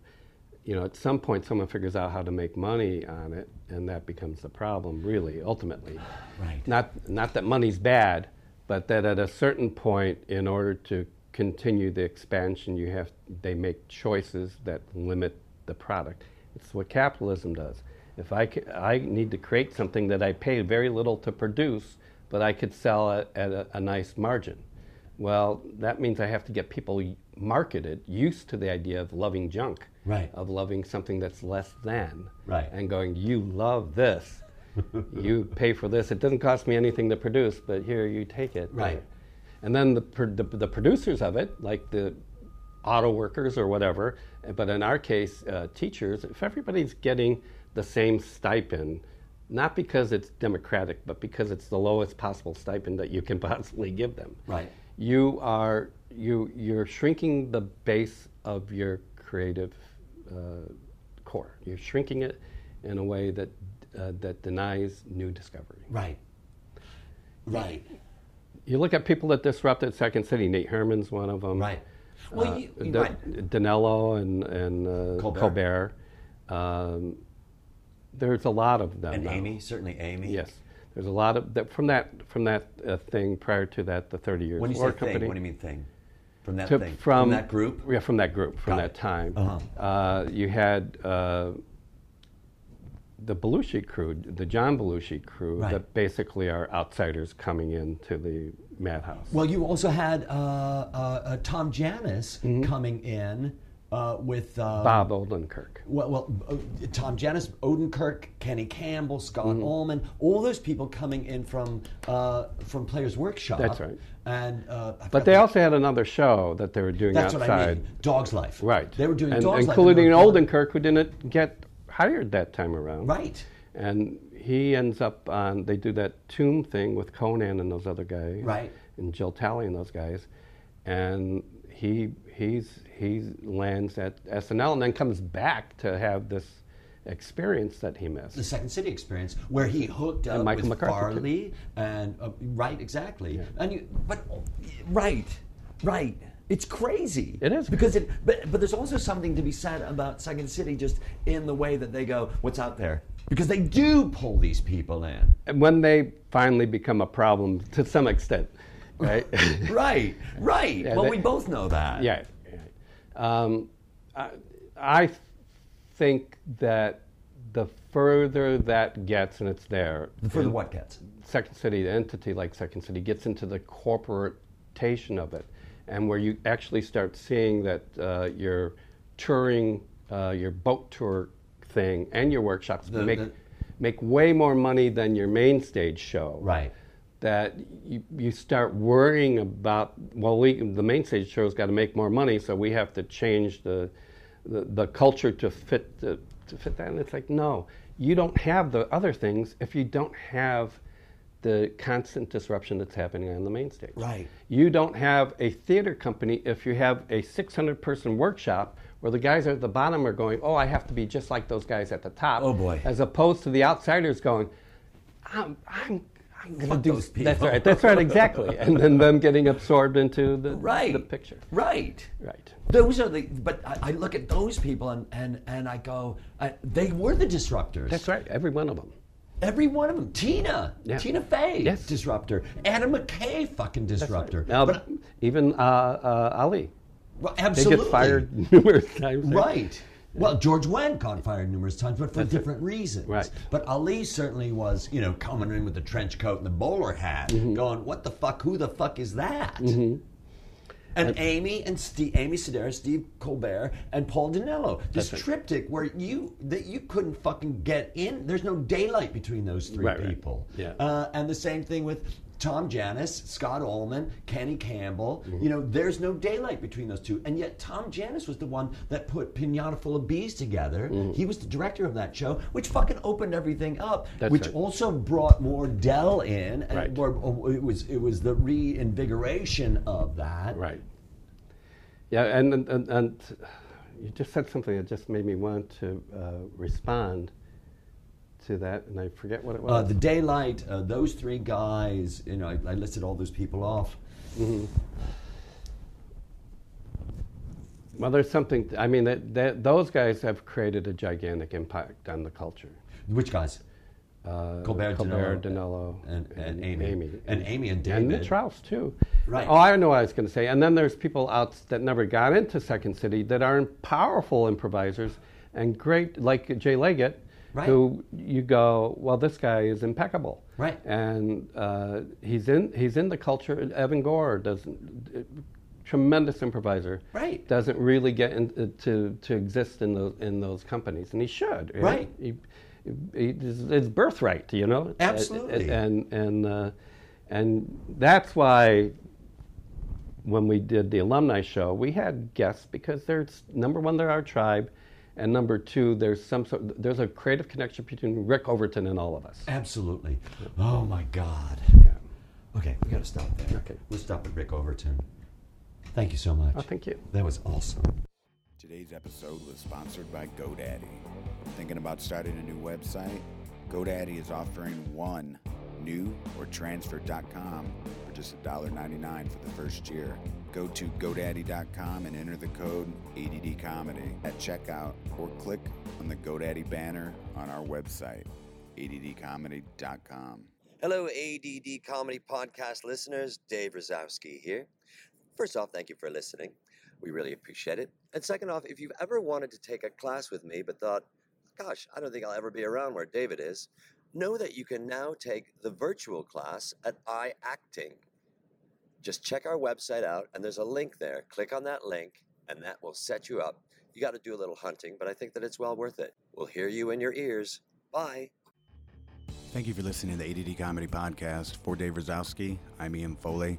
Speaker 2: you know, at some point, someone figures out how to make money on it, and that becomes the problem, really, ultimately.
Speaker 7: Right.
Speaker 2: Not, not that money's bad, but that at a certain point, in order to continue the expansion, you have they make choices that limit the product. It's what capitalism does. If I, ca- I need to create something that I pay very little to produce, but I could sell it at a, a nice margin. Well, that means I have to get people y- marketed used to the idea of loving junk
Speaker 7: Right.
Speaker 2: of loving something that's less than
Speaker 7: Right.
Speaker 2: and going you love this you pay for this it doesn't cost me anything to produce but here you take it
Speaker 7: Right.
Speaker 2: and then the, pro- the, the producers of it like the auto workers or whatever but in our case uh, teachers if everybody's getting the same stipend not because it's democratic but because it's the lowest possible stipend that you can possibly give them
Speaker 7: Right.
Speaker 2: you are you you're shrinking the base of your creative uh, core. You're shrinking it in a way that uh, that denies new discovery.
Speaker 7: Right. Right.
Speaker 2: You look at people that disrupted Second City. Nate Herman's one of them.
Speaker 7: Right. Well,
Speaker 2: Uh,
Speaker 7: you,
Speaker 2: D-
Speaker 7: right.
Speaker 2: Danello and and uh,
Speaker 7: Colbert.
Speaker 2: Colbert. Um, there's a lot of them.
Speaker 7: And
Speaker 2: now.
Speaker 7: Amy, certainly Amy.
Speaker 2: Yes. There's a lot of that from that from that uh, thing prior to that the 30 years
Speaker 7: When you
Speaker 2: war
Speaker 7: say thing,
Speaker 2: company.
Speaker 7: what do you mean thing? From that
Speaker 2: to-
Speaker 7: thing.
Speaker 2: from,
Speaker 7: that group.
Speaker 2: Yeah, from that group, from
Speaker 7: Got
Speaker 2: that
Speaker 7: it.
Speaker 2: time.
Speaker 3: Uh-huh.
Speaker 2: Uh, you had uh, the Belushi crew, the John Belushi crew,
Speaker 7: Right.
Speaker 2: that basically are outsiders coming into the madhouse.
Speaker 3: Well, you also had uh, uh, uh, Tom Janis coming in uh, with uh,
Speaker 2: Mm-hmm. Bob Odenkirk.
Speaker 3: Well, well uh, Tom Janis, Odenkirk, Kenny Campbell, Scott
Speaker 2: Mm-hmm.
Speaker 3: Ullman, all those people coming in from uh, from Players Workshop.
Speaker 2: That's right.
Speaker 3: And uh, I
Speaker 2: But
Speaker 3: forgot
Speaker 2: they
Speaker 3: the-
Speaker 2: also had another show that they were doing
Speaker 3: that's
Speaker 2: outside.
Speaker 3: what I mean. Dog's Life.
Speaker 2: Right.
Speaker 3: They were doing
Speaker 2: and,
Speaker 3: Dog's Life.
Speaker 2: Including
Speaker 3: and they were doing-
Speaker 2: Odenkirk, who didn't get hired that time around.
Speaker 3: Right.
Speaker 2: And he ends up on, they do that tomb thing with Conan and those other guys.
Speaker 3: Right.
Speaker 2: And Jill Talley and those guys. And he he's he lands at SNL and then comes back to have this experience that he missed.
Speaker 3: The Second City experience, where he hooked up
Speaker 2: Michael
Speaker 3: with
Speaker 2: McCarthy, too.
Speaker 3: Farley, and uh, right, exactly. And you, but right, right. It's crazy.
Speaker 2: It is
Speaker 3: because it. But but there's also something to be said about Second City, just in the way that they go, what's out there, because they do pull these people in.
Speaker 2: And when they finally become a problem to some extent, right?
Speaker 3: Right, right. well,
Speaker 2: they-
Speaker 3: we both know that.
Speaker 2: Yeah. yeah. Um, I, I think that the further that gets, and it's there,
Speaker 3: For the what gets.
Speaker 2: Second City, the entity like Second City, gets into the corporatization of it, and where you actually start seeing that uh, your touring, uh, your boat tour thing, and your workshops make
Speaker 3: the-
Speaker 2: make way more money than your main stage show.
Speaker 3: Right.
Speaker 2: That you, you start worrying about. Well, we, the main stage show's got to make more money, so we have to change the the, the culture to fit the, to fit that. And it's like, no, you don't have the other things if you don't have the constant disruption that's happening on the main stage.
Speaker 3: Right.
Speaker 2: You don't have a theater company if you have a 600 person workshop where the guys at the bottom are going, oh, I have to be just like those guys at the top.
Speaker 3: Oh, boy.
Speaker 2: As opposed to the outsiders going, I'm, I'm, I'm going to
Speaker 3: Fuck
Speaker 2: do
Speaker 3: those
Speaker 2: That's
Speaker 3: people.
Speaker 2: right. That's right. Exactly. and then them getting absorbed into the
Speaker 3: Right.
Speaker 2: the picture.
Speaker 3: Right.
Speaker 2: Right.
Speaker 3: Those are the, but I, I look at those people and, and, and I go, I, they were the disruptors.
Speaker 2: That's right. Every one of them.
Speaker 3: Every one of them. Tina,
Speaker 2: Yeah.
Speaker 3: Tina Fey,
Speaker 2: Yes.
Speaker 3: disruptor. Adam McKay, fucking disruptor.
Speaker 2: Now,
Speaker 3: But-
Speaker 2: even uh, uh, Ali,
Speaker 3: well,
Speaker 2: they
Speaker 3: absolutely.
Speaker 2: get fired numerous times.
Speaker 3: Right. Well, George Wendt got fired numerous times, but for different reasons.
Speaker 2: Right.
Speaker 3: But Ali certainly was, you know, coming in with the trench coat and the bowler hat,
Speaker 2: Mm-hmm.
Speaker 3: going, "What the fuck? Who the fuck is that?" And Amy and Steve, Amy Sedaris, Steve Colbert, and Paul Danello. This triptych where you that you couldn't fucking get in. There's no daylight between those three
Speaker 2: Right, right.
Speaker 3: people.
Speaker 2: Yeah.
Speaker 3: Uh, and the same thing with Tom Janis, Scott Ullman, Kenny Campbell.
Speaker 2: Mm-hmm.
Speaker 3: You know, there's no daylight between those two. And yet, Tom Janis was the one that put Pinata Full of Bees together.
Speaker 2: Mm-hmm.
Speaker 3: He was the director of that show, which fucking opened everything up,
Speaker 2: That's
Speaker 3: which
Speaker 2: right.
Speaker 3: also brought Wardell in. And
Speaker 2: Right.
Speaker 3: Ward- oh, it, was, it was the reinvigoration of that.
Speaker 2: Right. Yeah, and, and, and, and you just said something that just made me want to uh, respond to that, and I forget what it
Speaker 3: Uh,
Speaker 2: was.
Speaker 3: the daylight, uh, those three guys, you know, I, I listed all those people off.
Speaker 2: Well, there's something. I mean, that, that those guys have created a gigantic impact on the culture.
Speaker 8: Which guys?
Speaker 2: Uh,
Speaker 8: Colbert,
Speaker 2: Colbert,
Speaker 8: Danilo,
Speaker 2: Danilo,
Speaker 8: and- and Amy. And Amy and
Speaker 2: and the
Speaker 8: David.
Speaker 2: Trouse too.
Speaker 8: Right.
Speaker 2: Oh, I know what I was going to say. And then there's people out that never got into Second City that are powerful improvisers and great, like Jay Leggett,
Speaker 8: Right.
Speaker 2: who you go, well, this guy is impeccable.
Speaker 8: Right.
Speaker 2: And uh, he's in he's in the culture. Evan Gore doesn't. Tremendous improviser,
Speaker 8: Right.
Speaker 2: Doesn't really get in, uh, to to exist in those in those companies, and he should.
Speaker 8: Right.
Speaker 2: He, he, it's it's birthright, you know.
Speaker 8: Absolutely.
Speaker 2: And and uh, and that's why when we did the alumni show, we had guests because there's number one, they're our tribe, and number two, there's some sort, there's a creative connection between Rick Overton and all of us.
Speaker 8: Absolutely. Oh my God. Okay, we got to stop there.
Speaker 2: Okay.
Speaker 8: We'll stop at Rick Overton. Thank you so much.
Speaker 2: Oh, thank you.
Speaker 8: That was awesome.
Speaker 1: Today's episode was sponsored by GoDaddy. Thinking about starting a new website? GoDaddy is offering one new or transfer.com for just $1.99 for the first year. Go to GoDaddy.com and enter the code ADDComedy at checkout or click on the GoDaddy banner on our website, ADDComedy.com.
Speaker 9: Hello, ADD Comedy Podcast listeners. Dave Rosowski here. First off, thank you for listening. We really appreciate it. And second off, if you've ever wanted to take a class with me but thought, gosh, I don't think I'll ever be around where David is, know that you can now take the virtual class at iActing. Just check our website out, and there's a link there. Click on that link, and that will set you up. You got to do a little hunting, but I think that it's well worth it. We'll hear you in your ears. Bye.
Speaker 1: Thank you for listening to the ADD Comedy Podcast. For Dave Rosowski, I'm Ian Foley.